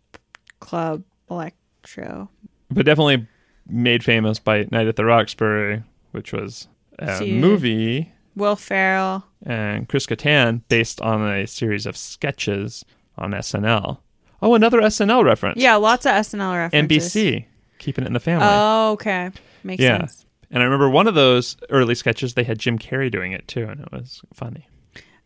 [SPEAKER 1] club electro.
[SPEAKER 2] but definitely made famous by Night at the Roxbury, which was a
[SPEAKER 1] See.
[SPEAKER 2] movie
[SPEAKER 1] Will Ferrell.
[SPEAKER 2] and Chris Kattan based on a series of sketches on SNL. Oh, another SNL reference.
[SPEAKER 1] Yeah, lots of SNL references.
[SPEAKER 2] NBC, keeping it in the family.
[SPEAKER 1] Oh, okay. Makes
[SPEAKER 2] yeah.
[SPEAKER 1] sense.
[SPEAKER 2] And I remember one of those early sketches, they had Jim Carrey doing it too, and it was funny.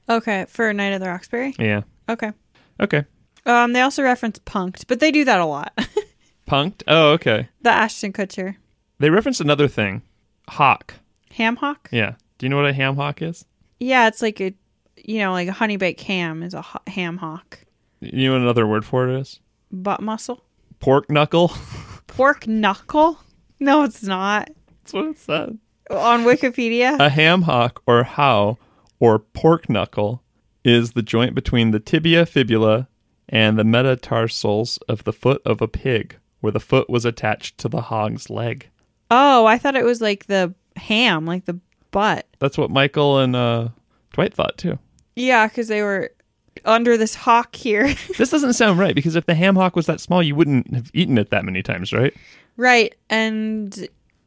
[SPEAKER 1] Okay, for Night of the Roxbury.
[SPEAKER 2] Yeah.
[SPEAKER 1] Okay.
[SPEAKER 2] Okay.
[SPEAKER 1] Um, they also reference Punked, but they do that a lot.
[SPEAKER 2] Punked? Oh, okay.
[SPEAKER 1] the Ashton Kutcher
[SPEAKER 2] They referenced another thing hawk.
[SPEAKER 1] ham hock. Yeah.
[SPEAKER 2] Yeah. Do you know what a ham hawk is?
[SPEAKER 1] it's like a, you know, like a honey baked ham is a ho- ham hock.
[SPEAKER 2] You know what another word for it is?
[SPEAKER 1] Butt muscle,
[SPEAKER 2] Pork knuckle.
[SPEAKER 1] pork knuckle. No, it's not
[SPEAKER 2] That's what it said.
[SPEAKER 1] on Wikipedia.
[SPEAKER 2] A ham hock or how or pork knuckle is the joint between the tibia fibula and the metatarsals of the foot of a pig, where the foot was attached to the hog's leg.
[SPEAKER 1] oh, I thought it was like the ham, like the butt.
[SPEAKER 2] That's what Michael and uh, Dwight thought too.
[SPEAKER 1] Yeah, because they were under this hawk here.
[SPEAKER 2] This doesn't sound right because if the ham hock was that small, you wouldn't have eaten it that many times, right?
[SPEAKER 1] right. And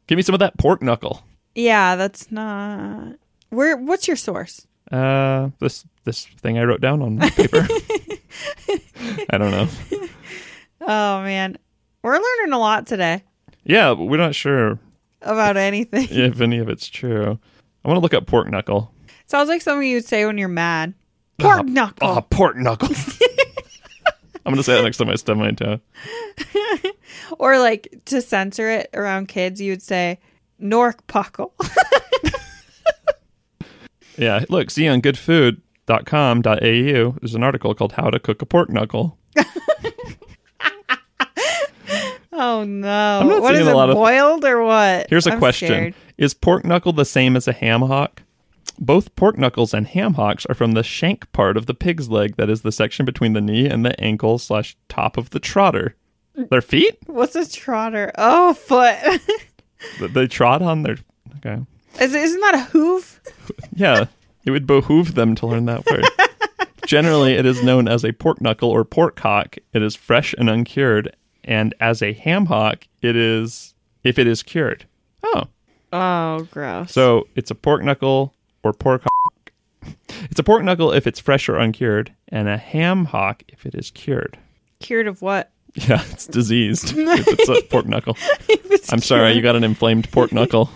[SPEAKER 2] Give me some of that pork knuckle.
[SPEAKER 1] yeah, that's not. Where? What's your source?
[SPEAKER 2] Uh, this this thing I wrote down on paper. I don't know.
[SPEAKER 1] Oh, man. We're learning a lot today
[SPEAKER 2] Yeah, but we're not sure
[SPEAKER 1] about anything.
[SPEAKER 2] if any of it's true. I want to look up pork knuckle.
[SPEAKER 1] Sounds like something you'd say when you're mad. Pork knuckle.
[SPEAKER 2] Oh, pork knuckle. I'm gonna say that next time I stub my toe.
[SPEAKER 1] Or like to censor it around kids, you would say Nork Puckle.
[SPEAKER 2] Yeah, look, see on goodfood.com.au, there's an article called "How to Cook a Pork Knuckle."
[SPEAKER 1] oh no.
[SPEAKER 2] I'm not
[SPEAKER 1] what
[SPEAKER 2] seeing
[SPEAKER 1] is
[SPEAKER 2] a
[SPEAKER 1] it
[SPEAKER 2] lot of-
[SPEAKER 1] boiled or what?
[SPEAKER 2] Here's a
[SPEAKER 1] I'm
[SPEAKER 2] question:
[SPEAKER 1] scared.
[SPEAKER 2] Is pork knuckle the same as a ham hock? Both pork knuckles and ham hocks are from the shank part of the pig's leg, that is the section between the knee and the ankle slash top of the trotter. Their feet?
[SPEAKER 1] What's a trotter? Oh foot.
[SPEAKER 2] Th- They trod on their. Okay.
[SPEAKER 1] is, isn't that a hoof?
[SPEAKER 2] Yeah, it would behoove them to learn that word. Generally, it is known as a pork knuckle or pork hock. It is fresh and uncured, and as a ham hock, it is if it is cured. Oh,
[SPEAKER 1] Oh gross.
[SPEAKER 2] so it's a pork knuckle or pork hock. It's a pork knuckle if it's fresh or uncured, and a ham hock if it is cured.
[SPEAKER 1] cured of what?
[SPEAKER 2] Yeah, it's diseased. if it's a pork knuckle.
[SPEAKER 1] It's
[SPEAKER 2] I'm sorry, you got an inflamed pork knuckle.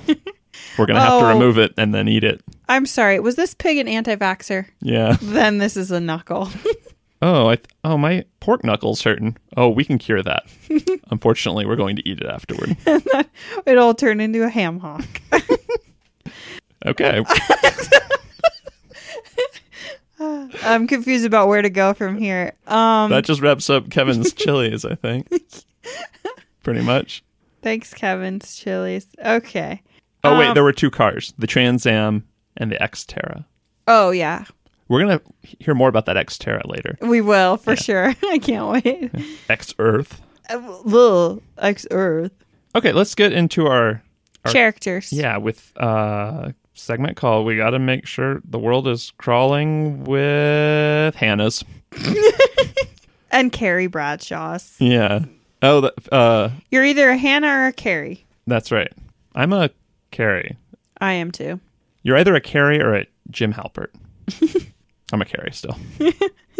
[SPEAKER 2] We're gonna have to
[SPEAKER 1] Oh.
[SPEAKER 2] remove it and then eat it.
[SPEAKER 1] I'm sorry. Was this pig an anti vaxxer?
[SPEAKER 2] Yeah.
[SPEAKER 1] Then this is a knuckle.
[SPEAKER 2] Oh, I th- oh my pork knuckles hurting. Oh, we can cure that. Unfortunately, we're going to eat it afterward.
[SPEAKER 1] It'll turn into a ham hock.
[SPEAKER 2] Okay.
[SPEAKER 1] I'm confused about where to go from here. Um
[SPEAKER 2] that just wraps up Kevin's chilies, I think. Pretty much.
[SPEAKER 1] thanks, Kevin's chilies. Okay.
[SPEAKER 2] Oh wait,
[SPEAKER 1] Um,
[SPEAKER 2] there were two cars, the Trans Am and the Xterra.
[SPEAKER 1] Oh yeah.
[SPEAKER 2] We're going to hear more about that Xterra later.
[SPEAKER 1] We will for sure. I can't wait.
[SPEAKER 2] X Earth.
[SPEAKER 1] Uh, Little X Earth
[SPEAKER 2] Okay, let's get into our Our-
[SPEAKER 1] characters.
[SPEAKER 2] yeah, with uh segment call. We got to make sure the world is crawling with Hannah's.
[SPEAKER 1] And Carrie Bradshaw's.
[SPEAKER 2] Yeah. Oh, the, uh
[SPEAKER 1] You're either a Hannah or a Carrie.
[SPEAKER 2] That's right. I'm a Carrie.
[SPEAKER 1] I am too.
[SPEAKER 2] You're either a Carrie or a Jim Halpert. I'm a Carrie still.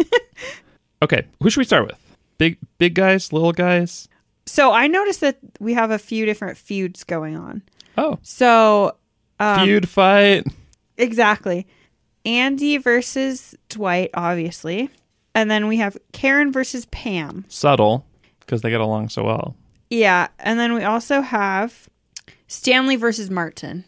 [SPEAKER 2] okay, who should we start with? Big big guys, little guys?
[SPEAKER 1] So I noticed that we have a few different feuds going on.
[SPEAKER 2] Oh,
[SPEAKER 1] So um,
[SPEAKER 2] feud fight.
[SPEAKER 1] exactly, Andy versus Dwight, obviously, and then we have Karen versus Pam.
[SPEAKER 2] Subtle because they get along so well.
[SPEAKER 1] Yeah, and then we also have Stanley versus Martin.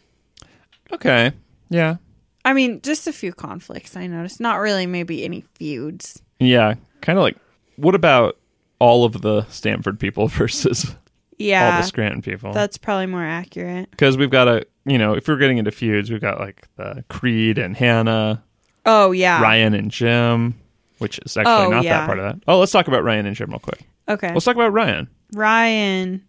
[SPEAKER 2] Okay. Yeah.
[SPEAKER 1] I mean, just a few conflicts I noticed. Not really, maybe any feuds.
[SPEAKER 2] Yeah, kind of like what about all of the Stanford people versus all
[SPEAKER 1] Yeah,
[SPEAKER 2] the Scranton people?
[SPEAKER 1] that's probably more accurate.
[SPEAKER 2] Because we've got a, you know, if we're getting into feuds, we've got like the Creed and Hannah,
[SPEAKER 1] Oh yeah.
[SPEAKER 2] Ryan and Jim, which is actually
[SPEAKER 1] Oh,
[SPEAKER 2] not
[SPEAKER 1] yeah.
[SPEAKER 2] that part of that. Oh, let's talk about Ryan and Jim real quick.
[SPEAKER 1] Okay.
[SPEAKER 2] Let's talk about Ryan.
[SPEAKER 1] Ryan.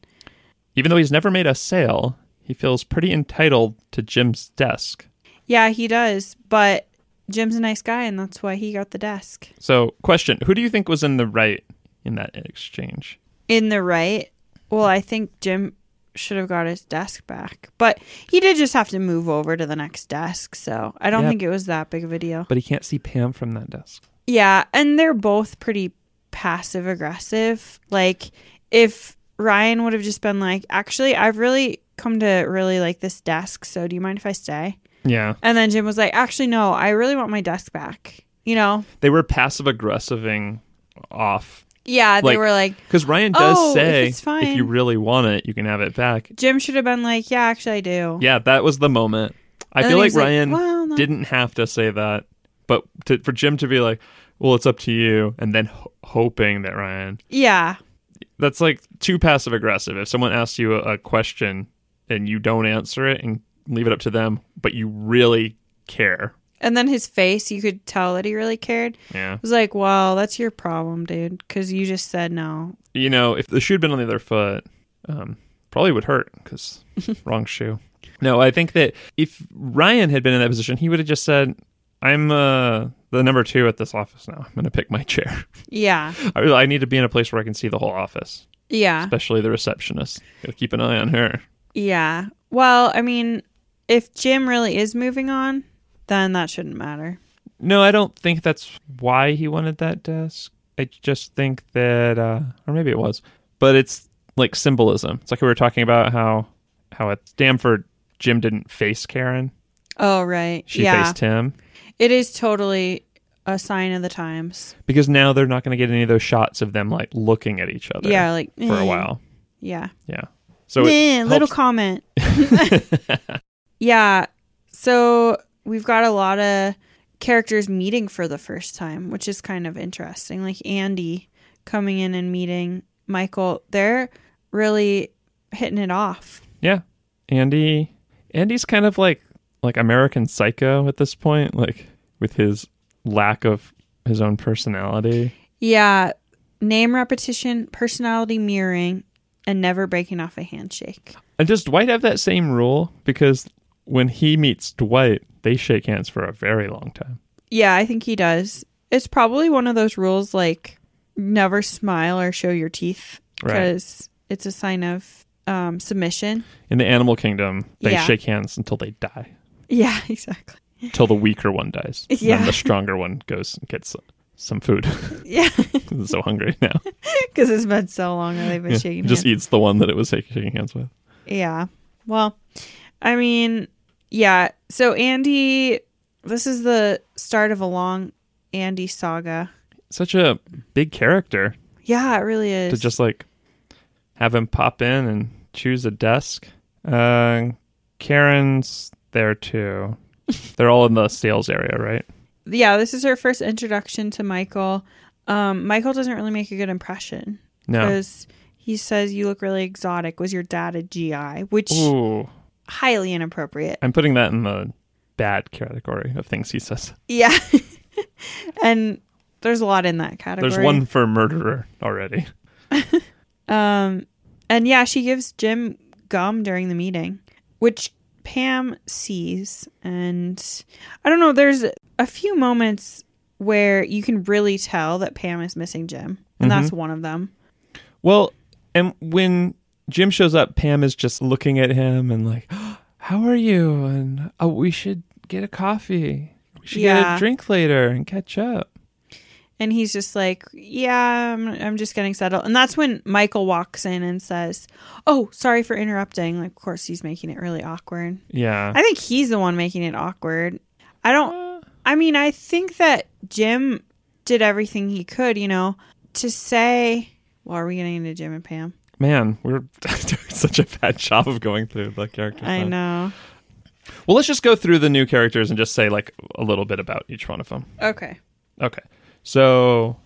[SPEAKER 2] Even though he's never made a sale, he feels pretty entitled to Jim's desk.
[SPEAKER 1] Yeah, he does. But Jim's a nice guy, and that's why he got the desk.
[SPEAKER 2] So, question Who do you think was in the right in that exchange?
[SPEAKER 1] In the right. Well, I think Jim should have got his desk back. But he did just have to move over to the next desk, so I don't
[SPEAKER 2] Yeah.
[SPEAKER 1] think it was that big of a deal.
[SPEAKER 2] But he can't see Pam from that desk.
[SPEAKER 1] Yeah, and they're both pretty passive aggressive. Like if Ryan would have just been like, "Actually, I've really come to really like this desk, so do you mind if I stay?"
[SPEAKER 2] Yeah.
[SPEAKER 1] And then Jim was like, "Actually, no, I really want my desk back." You know?
[SPEAKER 2] They were passive aggressiving off.
[SPEAKER 1] Yeah, they
[SPEAKER 2] Like-
[SPEAKER 1] were like,
[SPEAKER 2] Because Ryan does
[SPEAKER 1] Oh, if
[SPEAKER 2] say,
[SPEAKER 1] it's fine.
[SPEAKER 2] you really want it, you can have it back.
[SPEAKER 1] Jim should have been like, "Yeah, actually, I do."
[SPEAKER 2] Yeah, that was the moment. I
[SPEAKER 1] And then
[SPEAKER 2] feel
[SPEAKER 1] he
[SPEAKER 2] like
[SPEAKER 1] was like,
[SPEAKER 2] Ryan
[SPEAKER 1] "Well, no."
[SPEAKER 2] didn't have to say that, but to, for Jim to be like, well, it's up to you, and then ho- hoping that Ryan.
[SPEAKER 1] Yeah.
[SPEAKER 2] That's like too passive aggressive. If someone asks you a, a question and you don't answer it and leave it up to them, but you really care.
[SPEAKER 1] And then his face, you could tell that he really cared.
[SPEAKER 2] Yeah.
[SPEAKER 1] It was like, "Well, that's your problem, dude, because you just said no."
[SPEAKER 2] You know, if the shoe had been on the other foot, um, probably would hurt because wrong shoe. No, I think that if Ryan had been in that position, he would have just said, I'm uh, the number two at this office now. I'm going to pick my chair.
[SPEAKER 1] Yeah.
[SPEAKER 2] I, I need to be in a place where I can see the whole office,
[SPEAKER 1] Yeah.
[SPEAKER 2] especially the receptionist. Gotta keep an eye on her.
[SPEAKER 1] Yeah. Well, I mean, if Jim really is moving on, then that shouldn't matter.
[SPEAKER 2] No, I don't think that's why he wanted that desk. I just think that, uh, or maybe it was, but it's like symbolism. It's like we were talking about how how at Stanford Jim didn't face Karen;
[SPEAKER 1] Oh, right.
[SPEAKER 2] she
[SPEAKER 1] yeah.
[SPEAKER 2] faced him
[SPEAKER 1] It is totally a sign of the times.
[SPEAKER 2] because now they're not going to get any of those shots of them like looking at each other.
[SPEAKER 1] Yeah, like
[SPEAKER 2] for a
[SPEAKER 1] eh,
[SPEAKER 2] while.
[SPEAKER 1] Yeah.
[SPEAKER 2] Yeah. So
[SPEAKER 1] Eh,
[SPEAKER 2] it
[SPEAKER 1] little
[SPEAKER 2] helps-
[SPEAKER 1] comment. yeah. So we've got a lot of characters meeting for the first time, which is kind of interesting. Like Andy coming in and meeting Michael. They're really hitting it off.
[SPEAKER 2] Yeah. Andy Andy's kind of like like American psycho at this point, like with his lack of his own personality.
[SPEAKER 1] Yeah, name repetition, personality mirroring, and never breaking off a handshake.
[SPEAKER 2] And does Dwight have that same rule? Because when he meets Dwight, they shake hands for a very long time.
[SPEAKER 1] Yeah, I think he does. It's probably one of those rules like never smile or show your teeth
[SPEAKER 2] Right.
[SPEAKER 1] because it's a sign of um, submission.
[SPEAKER 2] In the animal kingdom, they
[SPEAKER 1] Yeah.
[SPEAKER 2] shake hands until they die.
[SPEAKER 1] Yeah, exactly.
[SPEAKER 2] Until the weaker one dies. And
[SPEAKER 1] Yeah.
[SPEAKER 2] Then the stronger one goes and gets some food.
[SPEAKER 1] Yeah,
[SPEAKER 2] 'Cause it's so hungry now.
[SPEAKER 1] because it's been so long that they've been
[SPEAKER 2] Yeah.
[SPEAKER 1] shaking
[SPEAKER 2] Just
[SPEAKER 1] hands.
[SPEAKER 2] eats the one that it was shaking hands with.
[SPEAKER 1] Yeah. Well, I mean, yeah. So Andy, this is the start of a long Andy saga.
[SPEAKER 2] Such a big character.
[SPEAKER 1] Yeah, it really is.
[SPEAKER 2] to just like have him pop in and choose a desk. Uh, Karen's there too. They're all in the sales area, right?
[SPEAKER 1] yeah, this is her first introduction to Michael. Um, Michael doesn't really make a good impression
[SPEAKER 2] No.
[SPEAKER 1] because he says you look really exotic. Was your dad a GI? Which
[SPEAKER 2] Ooh,
[SPEAKER 1] highly inappropriate.
[SPEAKER 2] I'm putting that in the bad category of things he says.
[SPEAKER 1] Yeah, and there's a lot in that category.
[SPEAKER 2] There's one for murderer already.
[SPEAKER 1] Um, and yeah, she gives Jim gum during the meeting, which Pam sees. And I don't know, there's a few moments where you can really tell that Pam is missing Jim, and that's one of them.
[SPEAKER 2] Well, and when Jim shows up, Pam is just looking at him and like, "How are you?" And oh, we should get a coffee. We should get
[SPEAKER 1] Yeah.
[SPEAKER 2] a drink later and catch up.
[SPEAKER 1] And he's just like, "Yeah, I'm, I'm just getting settled." And that's when Michael walks in and says, "Oh, sorry for interrupting." Like, of course, he's making it really awkward.
[SPEAKER 2] Yeah.
[SPEAKER 1] I think he's the one making it awkward. I don't. I mean, I think that Jim did everything he could, you know, to say. Well, are we getting into Jim and Pam?
[SPEAKER 2] Man, we're doing such a bad job of going through the characters.
[SPEAKER 1] I
[SPEAKER 2] now.
[SPEAKER 1] know.
[SPEAKER 2] Well, let's just go through the new characters and just say like a little bit about each one of them.
[SPEAKER 1] Okay.
[SPEAKER 2] Okay. So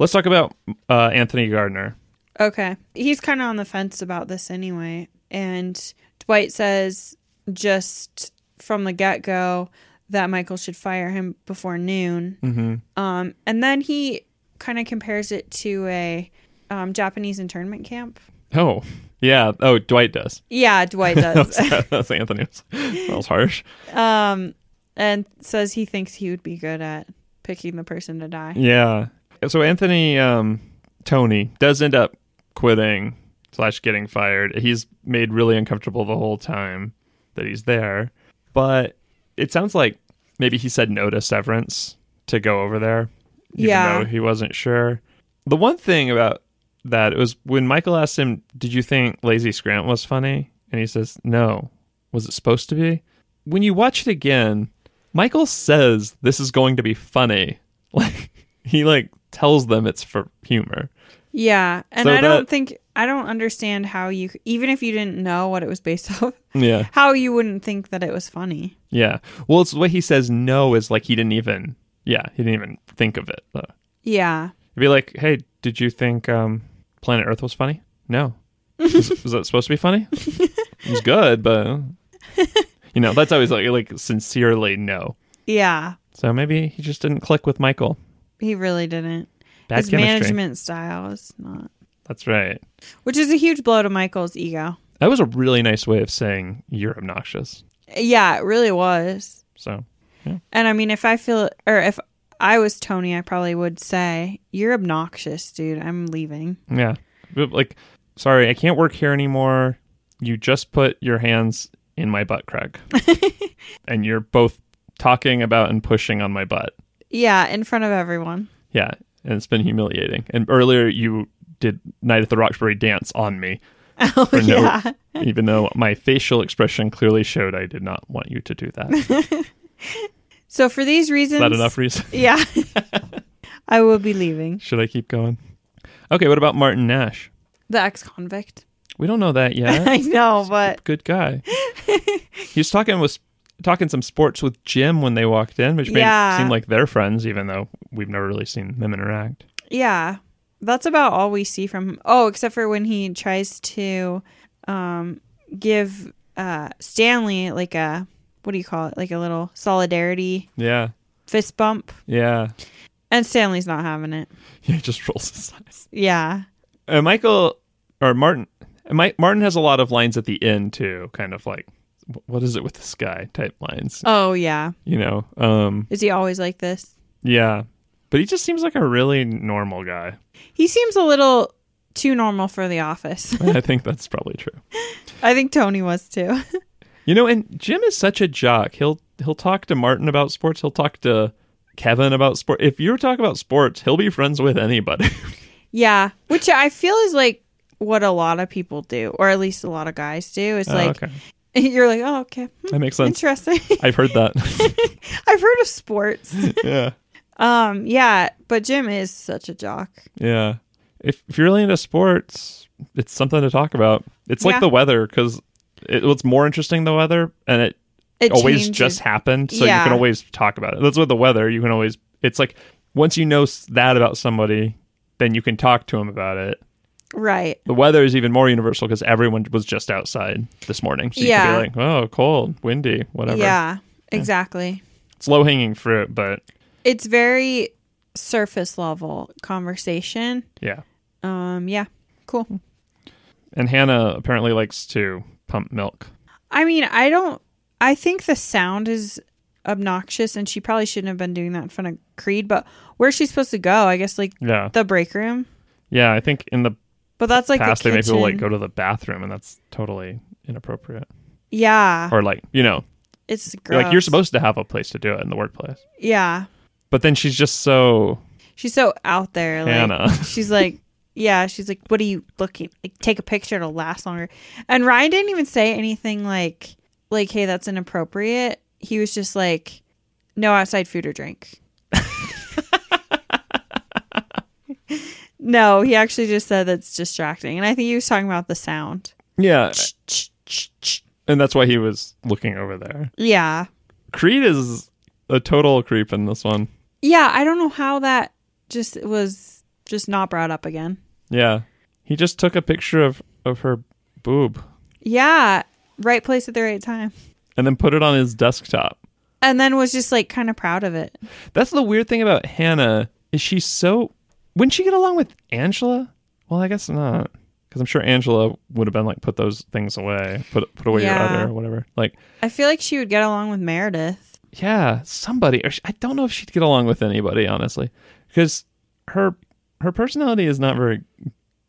[SPEAKER 2] let's talk about uh, Anthony Gardner.
[SPEAKER 1] Okay. He's kind of on the fence about this anyway. And Dwight says just from the get go that Michael should fire him before noon. Mm-hmm. Um, and then he kind of compares it to a um, Japanese internment camp.
[SPEAKER 2] Oh, yeah. Oh, Dwight does.
[SPEAKER 1] Yeah, Dwight does.
[SPEAKER 2] That's Anthony. That was harsh.
[SPEAKER 1] um, and says he thinks he would be good at picking the person to die.
[SPEAKER 2] Yeah. So Anthony um, Tony does end up quitting slash getting fired. He's made really uncomfortable the whole time that he's there. But it sounds like maybe he said no to severance to go over there. Even
[SPEAKER 1] Yeah.
[SPEAKER 2] though he wasn't sure. The one thing about that was when Michael asked him, Did you think Lazy Scrant was funny? And he says, No. Was it supposed to be? When you watch it again, Michael says this is going to be funny. Like he like tells them it's for humor.
[SPEAKER 1] Yeah, and
[SPEAKER 2] So
[SPEAKER 1] I don't
[SPEAKER 2] that-
[SPEAKER 1] think I don't understand how you c- even if you didn't know what it was based off,
[SPEAKER 2] Yeah.
[SPEAKER 1] how you wouldn't think that it was funny.
[SPEAKER 2] Yeah. Well, it's the way he says no is like he didn't even. Yeah, he didn't even think of it. Though.
[SPEAKER 1] Yeah.
[SPEAKER 2] It'd be like, hey, did you think um, Planet Earth was funny? No. was, was that supposed to be funny? it was good, but uh, you know, that's always like like sincerely no.
[SPEAKER 1] Yeah.
[SPEAKER 2] So maybe he just didn't click with Michael.
[SPEAKER 1] He really didn't.
[SPEAKER 2] Bad
[SPEAKER 1] His
[SPEAKER 2] chemistry.
[SPEAKER 1] management style is not
[SPEAKER 2] That's right.
[SPEAKER 1] which is a huge blow to Michael's ego.
[SPEAKER 2] That was a really nice way of saying you're obnoxious.
[SPEAKER 1] Yeah, it really was.
[SPEAKER 2] So
[SPEAKER 1] And I mean if I feel or if I was Tony, I probably would say, You're obnoxious, dude. I'm leaving.
[SPEAKER 2] yeah, But, like, sorry, I can't work here anymore. You just put your hands in my butt crack, and you're both talking about and pushing on my butt.
[SPEAKER 1] Yeah, in front of everyone.
[SPEAKER 2] Yeah, and it's been humiliating. And earlier you did Night at the Roxbury dance on me,
[SPEAKER 1] Oh
[SPEAKER 2] For no-
[SPEAKER 1] yeah.
[SPEAKER 2] even though my facial expression clearly showed I did not want you to do that. Is
[SPEAKER 1] So for these reasons
[SPEAKER 2] that enough reason?
[SPEAKER 1] Yeah. I will be leaving.
[SPEAKER 2] Should I keep going? Okay, what about Martin Nash?
[SPEAKER 1] The ex convict.
[SPEAKER 2] We don't know that yet.
[SPEAKER 1] I know, but
[SPEAKER 2] Good guy. He was talking with talking some sports with Jim when they walked in, which made
[SPEAKER 1] Yeah.
[SPEAKER 2] it seem like they're friends, even though we've never really seen them interact.
[SPEAKER 1] yeah, that's about all we see from him. Oh, except for when he tries to um, give uh, Stanley like a what do you call it? Like a little solidarity
[SPEAKER 2] Yeah.
[SPEAKER 1] fist bump,
[SPEAKER 2] Yeah.
[SPEAKER 1] and Stanley's not having it.
[SPEAKER 2] He just rolls his eyes.
[SPEAKER 1] Yeah,
[SPEAKER 2] uh, Michael or Martin. Mi- Martin has a lot of lines at the end too, kind of like, "Wh- "What is it with this guy?" type lines.
[SPEAKER 1] oh yeah,
[SPEAKER 2] You know, um,
[SPEAKER 1] is he always like this?
[SPEAKER 2] yeah. But he just seems like a really normal guy.
[SPEAKER 1] He seems a little too normal for the office.
[SPEAKER 2] I think that's probably true.
[SPEAKER 1] I think Tony was too.
[SPEAKER 2] You know, and Jim is such a jock. He'll he'll talk to Martin about sports. He'll talk to Kevin about sport. If you talk about sports, he'll be friends with anybody.
[SPEAKER 1] yeah, which I feel is like what a lot of people do, or at least a lot of guys do. It's
[SPEAKER 2] Oh,
[SPEAKER 1] like
[SPEAKER 2] okay,
[SPEAKER 1] you're like, oh okay, hmm,
[SPEAKER 2] that makes sense.
[SPEAKER 1] interesting.
[SPEAKER 2] I've heard that.
[SPEAKER 1] I've heard of sports.
[SPEAKER 2] yeah.
[SPEAKER 1] Um, yeah, but Jim is such a jock.
[SPEAKER 2] Yeah. If, if you're really into sports, it's something to talk about. It's
[SPEAKER 1] Yeah.
[SPEAKER 2] like the weather because it, what's more interesting the weather, and it,
[SPEAKER 1] It
[SPEAKER 2] always
[SPEAKER 1] changes.
[SPEAKER 2] just happened, so
[SPEAKER 1] Yeah.
[SPEAKER 2] you can always talk about it. That's what the weather. You can always. It's like once you know s- that about somebody, then you can talk to them about it.
[SPEAKER 1] right.
[SPEAKER 2] The weather is even more universal because everyone was just outside this morning, so
[SPEAKER 1] Yeah.
[SPEAKER 2] you can be like, "Oh, cold, windy, whatever."
[SPEAKER 1] Yeah, exactly.
[SPEAKER 2] It's low hanging fruit, but
[SPEAKER 1] It's very surface level conversation.
[SPEAKER 2] yeah.
[SPEAKER 1] Um, yeah, cool.
[SPEAKER 2] And Hannah apparently likes to pump milk.
[SPEAKER 1] I mean, I don't. I think the sound is obnoxious, and she probably shouldn't have been doing that in front of Creed. But where's she supposed to go? I guess like
[SPEAKER 2] Yeah,
[SPEAKER 1] the break room.
[SPEAKER 2] yeah. I think in the
[SPEAKER 1] But that's like
[SPEAKER 2] past
[SPEAKER 1] the
[SPEAKER 2] they make
[SPEAKER 1] kitchen.
[SPEAKER 2] people like go to the bathroom and that's totally inappropriate
[SPEAKER 1] yeah,
[SPEAKER 2] or like you know
[SPEAKER 1] it's gross.
[SPEAKER 2] like you're supposed to have a place to do it in the workplace
[SPEAKER 1] Yeah,
[SPEAKER 2] but then she's just so
[SPEAKER 1] she's so out there. Like,
[SPEAKER 2] hannah
[SPEAKER 1] She's like, yeah. She's like, what are you looking? Like, take a picture. It'll last longer. And Ryan didn't even say anything like, like, hey, that's inappropriate. He was just like, no outside food or drink. no, he actually just said that's distracting, and I think he was talking about the sound.
[SPEAKER 2] yeah and that's why he was looking over there
[SPEAKER 1] Yeah,
[SPEAKER 2] creed is a total creep in this one
[SPEAKER 1] yeah. I don't know how that just was just not brought up again.
[SPEAKER 2] yeah he just took a picture of of her boob
[SPEAKER 1] Yeah, right place at the right time,
[SPEAKER 2] and then put it on his desktop
[SPEAKER 1] and then was just like kind of proud of it.
[SPEAKER 2] that's the weird thing about hannah is she's so wouldn't she get along with angela well i guess not because i'm sure angela would have been like put those things away put put away
[SPEAKER 1] Yeah.
[SPEAKER 2] your other or whatever like
[SPEAKER 1] I feel like she would get along with Meredith.
[SPEAKER 2] yeah somebody or she, i don't know if she'd get along with anybody honestly because her her personality is not very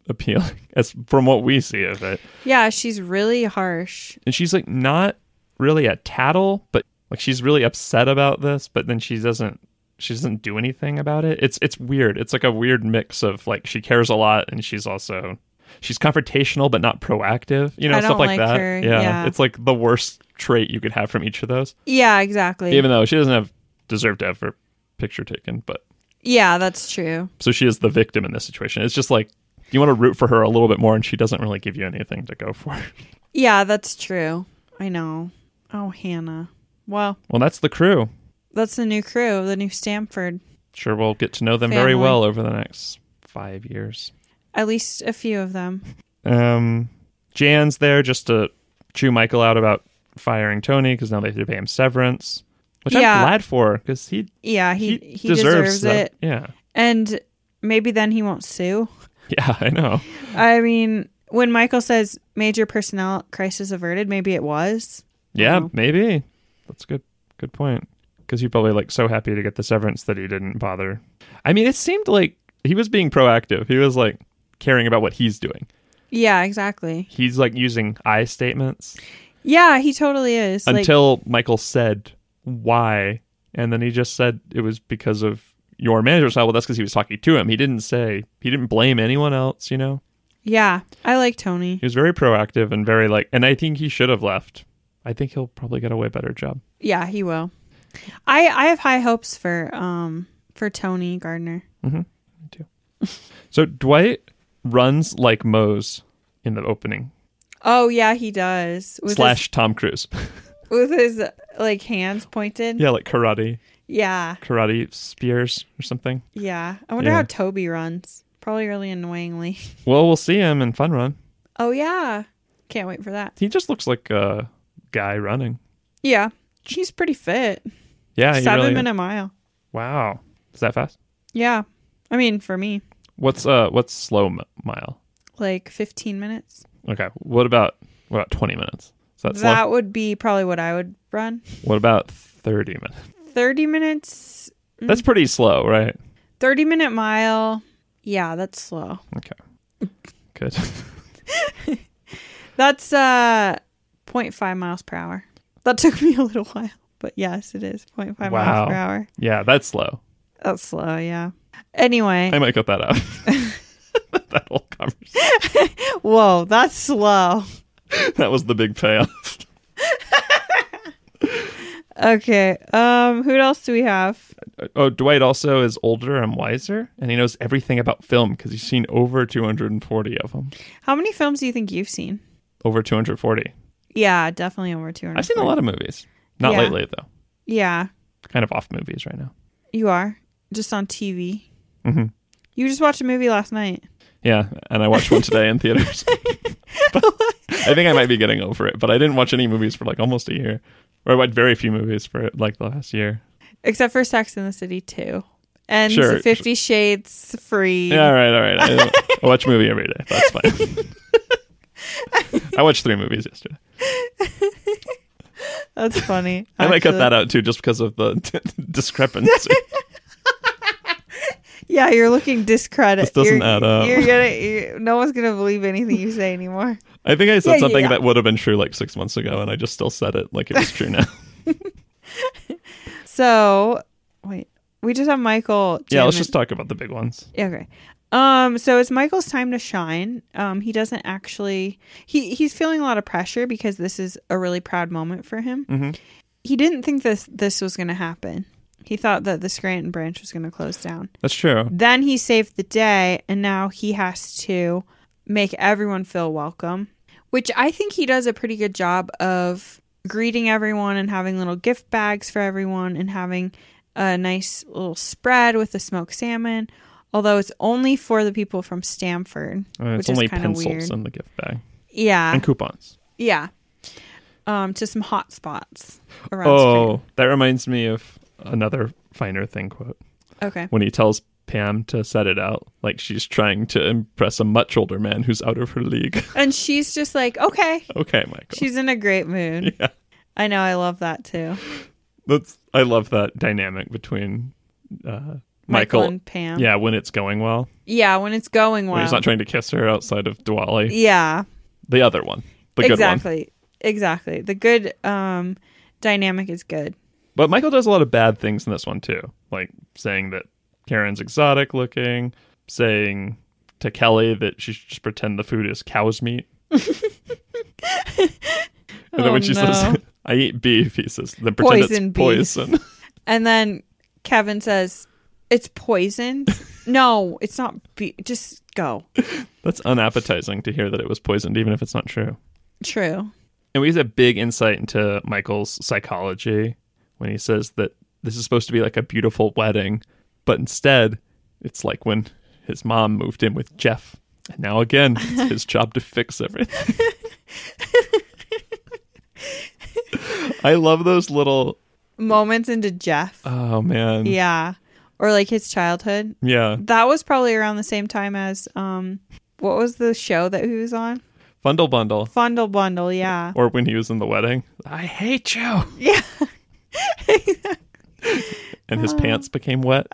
[SPEAKER 2] appealing as from what we see of it.
[SPEAKER 1] Yeah, she's really harsh.
[SPEAKER 2] And she's like not really a tattle, but like she's really upset about this, but then she doesn't she doesn't do anything about it. It's it's weird. It's like a weird mix of like she cares a lot and she's also she's confrontational but not proactive. You know,
[SPEAKER 1] I
[SPEAKER 2] stuff
[SPEAKER 1] don't like
[SPEAKER 2] like, that.
[SPEAKER 1] her,
[SPEAKER 2] Yeah.
[SPEAKER 1] yeah.
[SPEAKER 2] It's like the worst trait you could have from each of those.
[SPEAKER 1] Yeah, exactly.
[SPEAKER 2] Even though she doesn't have deserve to have her picture taken, but
[SPEAKER 1] yeah, that's true.
[SPEAKER 2] so she is the victim in this situation. It's just like you want to root for her a little bit more, and she doesn't really give you anything to go for.
[SPEAKER 1] Yeah, that's true. I know. Oh, Hannah. Well,
[SPEAKER 2] Well, that's the crew.
[SPEAKER 1] that's the new crew, the new Stanford.
[SPEAKER 2] Sure, we'll get to know them very
[SPEAKER 1] Family.
[SPEAKER 2] well over the next five years.
[SPEAKER 1] At least a few of them.
[SPEAKER 2] Um, Jan's there just to chew Michael out about firing Tony because now they have to pay him severance, which
[SPEAKER 1] Yeah.
[SPEAKER 2] I'm glad for because he,
[SPEAKER 1] Yeah,
[SPEAKER 2] he
[SPEAKER 1] he he, deserves,
[SPEAKER 2] that.
[SPEAKER 1] it,
[SPEAKER 2] Yeah,
[SPEAKER 1] and maybe then he won't sue.
[SPEAKER 2] yeah, I know.
[SPEAKER 1] I mean, when Michael says major personnel crisis averted, maybe it was.
[SPEAKER 2] Yeah,
[SPEAKER 1] Wow.
[SPEAKER 2] maybe that's a good. Good point. Because he probably like so happy to get the severance that he didn't bother. I mean, it seemed like he was being proactive. He was like caring about what he's doing.
[SPEAKER 1] Yeah, exactly.
[SPEAKER 2] He's like using I statements
[SPEAKER 1] Yeah, he totally is. like,
[SPEAKER 2] until Michael said why, and then he just said it was because of your manager. So well, that's because he was talking to him. He didn't say he didn't blame anyone else. You know,
[SPEAKER 1] yeah, I like Tony.
[SPEAKER 2] he was very proactive and very like. And I think he should have left. I think he'll probably get a way better job.
[SPEAKER 1] Yeah, he will. I I have high hopes for um for Tony Gardner.
[SPEAKER 2] So Dwight runs like Moe's in the opening
[SPEAKER 1] Oh yeah, he does. With
[SPEAKER 2] slash Tom Cruise.
[SPEAKER 1] his, with his like hands pointed.
[SPEAKER 2] yeah, like karate,
[SPEAKER 1] yeah.
[SPEAKER 2] karate spears or something.
[SPEAKER 1] yeah. I wonder
[SPEAKER 2] Yeah.
[SPEAKER 1] how Toby runs. Probably really annoyingly.
[SPEAKER 2] Well, we'll see him in Fun Run.
[SPEAKER 1] Oh yeah. Can't wait for that.
[SPEAKER 2] He just looks like a guy running.
[SPEAKER 1] Yeah. He's pretty fit.
[SPEAKER 2] Yeah, he
[SPEAKER 1] Seven
[SPEAKER 2] really-
[SPEAKER 1] minute mile.
[SPEAKER 2] Wow, is that fast?
[SPEAKER 1] Yeah. I mean for me,
[SPEAKER 2] What's uh, what's slow m- mile?
[SPEAKER 1] like fifteen minutes.
[SPEAKER 2] Okay, what about what about twenty minutes? Is that slow?
[SPEAKER 1] That would be probably what I would run.
[SPEAKER 2] What about thirty minutes?
[SPEAKER 1] Mm-hmm. Thirty minutes
[SPEAKER 2] That's pretty slow, right?
[SPEAKER 1] 30 minute mile. Yeah, that's slow.
[SPEAKER 2] Good.
[SPEAKER 1] That's uh 0.5 miles per hour. That took me a little while, but yes, it is 0.5
[SPEAKER 2] Wow.
[SPEAKER 1] miles per hour.
[SPEAKER 2] yeah, that's slow.
[SPEAKER 1] That's slow, yeah. Anyway,
[SPEAKER 2] I might cut that out. that whole conversation.
[SPEAKER 1] whoa, that's slow.
[SPEAKER 2] That was the big payoff.
[SPEAKER 1] Okay. Um who else do we have?
[SPEAKER 2] Oh, Dwight also is older and wiser, and he knows everything about film because he's seen over 240 of them.
[SPEAKER 1] How many films do you think you've seen?
[SPEAKER 2] Over 240.
[SPEAKER 1] Yeah, definitely over 200.
[SPEAKER 2] I've seen a lot of movies. Not
[SPEAKER 1] Yeah.
[SPEAKER 2] lately, though.
[SPEAKER 1] Yeah,
[SPEAKER 2] Kind of off movies right now.
[SPEAKER 1] you are. Just on TV.
[SPEAKER 2] hmm
[SPEAKER 1] You just watched a movie last night.
[SPEAKER 2] Yeah, and I watched one today in theaters. But I think I might be getting over it, but I didn't watch any movies for like almost a year. Or I watched very few movies for like the last year.
[SPEAKER 1] Except for Sex in the City 2. And
[SPEAKER 2] Sure.
[SPEAKER 1] 50 Shades Free.
[SPEAKER 2] Yeah, all right, all right. I, I watch a movie every day. That's fine. I watched three movies yesterday.
[SPEAKER 1] That's funny.
[SPEAKER 2] I might cut
[SPEAKER 1] actually.
[SPEAKER 2] that out too, just because of the discrepancy.
[SPEAKER 1] Yeah, you're looking discredit.
[SPEAKER 2] This doesn't
[SPEAKER 1] you're,
[SPEAKER 2] add up.
[SPEAKER 1] You're gonna. you no one's gonna believe anything you say anymore.
[SPEAKER 2] I think I said
[SPEAKER 1] Yeah,
[SPEAKER 2] something
[SPEAKER 1] yeah.
[SPEAKER 2] that would have been true like six months ago, and I just still said it like it was true now.
[SPEAKER 1] So wait, we just have Michael.
[SPEAKER 2] yeah, let's
[SPEAKER 1] Jamin-
[SPEAKER 2] just talk about the big ones.
[SPEAKER 1] Yeah, Okay. Um. So it's Michael's time to shine. Um. He doesn't actually. He he's feeling a lot of pressure because this is a really proud moment for him.
[SPEAKER 2] Mhm.
[SPEAKER 1] He didn't think this this was gonna happen. He thought that the Scranton branch was gonna close down.
[SPEAKER 2] That's true.
[SPEAKER 1] Then he saved the day, and now he has to make everyone feel welcome, which I think he does a pretty good job of greeting everyone and having little gift bags for everyone and having a nice little spread with the smoked salmon. Although it's only for the people from Stamford.
[SPEAKER 2] Uh, it's
[SPEAKER 1] Which is
[SPEAKER 2] only
[SPEAKER 1] kinda
[SPEAKER 2] pencils
[SPEAKER 1] weird. Ah.
[SPEAKER 2] in the gift bag
[SPEAKER 1] Yeah.
[SPEAKER 2] and coupons.
[SPEAKER 1] Yeah. Um, to some hot spots around
[SPEAKER 2] Oh, that reminds me of another finer thing quote
[SPEAKER 1] Scranton. Okay.
[SPEAKER 2] when he tells Pam to set it out, like she's trying to impress a much older man who's out of her league.
[SPEAKER 1] And she's just like, okay.
[SPEAKER 2] okay, Michael.
[SPEAKER 1] She's in a great mood.
[SPEAKER 2] Yeah.
[SPEAKER 1] I know. I love that too.
[SPEAKER 2] That's I love that dynamic between uh,
[SPEAKER 1] Michael,
[SPEAKER 2] Michael-
[SPEAKER 1] and Pam.
[SPEAKER 2] Yeah, when it's going well.
[SPEAKER 1] Yeah, when it's going well.
[SPEAKER 2] When he's not trying to kiss her outside of Diwali.
[SPEAKER 1] yeah.
[SPEAKER 2] The other one. The good one.
[SPEAKER 1] exactly. Exactly. The good um dynamic is good.
[SPEAKER 2] But Michael does a lot of bad things in this one too, like saying that Karen's exotic looking, saying to Kelly that she should just pretend the food is cow's meat. and then
[SPEAKER 1] Oh,
[SPEAKER 2] when she
[SPEAKER 1] no.
[SPEAKER 2] says, "I eat beef," he says, "Then pretend
[SPEAKER 1] Poison
[SPEAKER 2] it's
[SPEAKER 1] beef.
[SPEAKER 2] poison."
[SPEAKER 1] And then Kevin says, "It's poison." no, it's not. Be- just go.
[SPEAKER 2] That's unappetizing to hear that it was poisoned, even if it's not true.
[SPEAKER 1] True.
[SPEAKER 2] And we get a big insight into Michael's psychology when he says that this is supposed to be like a beautiful wedding, but instead, it's like when his mom moved in with Jeff. And now again, it's his job to fix everything. I love those little
[SPEAKER 1] Moments into Jeff.
[SPEAKER 2] oh man.
[SPEAKER 1] yeah. Or like his childhood.
[SPEAKER 2] Yeah.
[SPEAKER 1] That was probably around the same time as um what was the show that he was on?
[SPEAKER 2] Fundle bundle.
[SPEAKER 1] Fundle Bundle, yeah.
[SPEAKER 2] Or when he was in the wedding. I hate you.
[SPEAKER 1] Yeah.
[SPEAKER 2] and his pants became wet.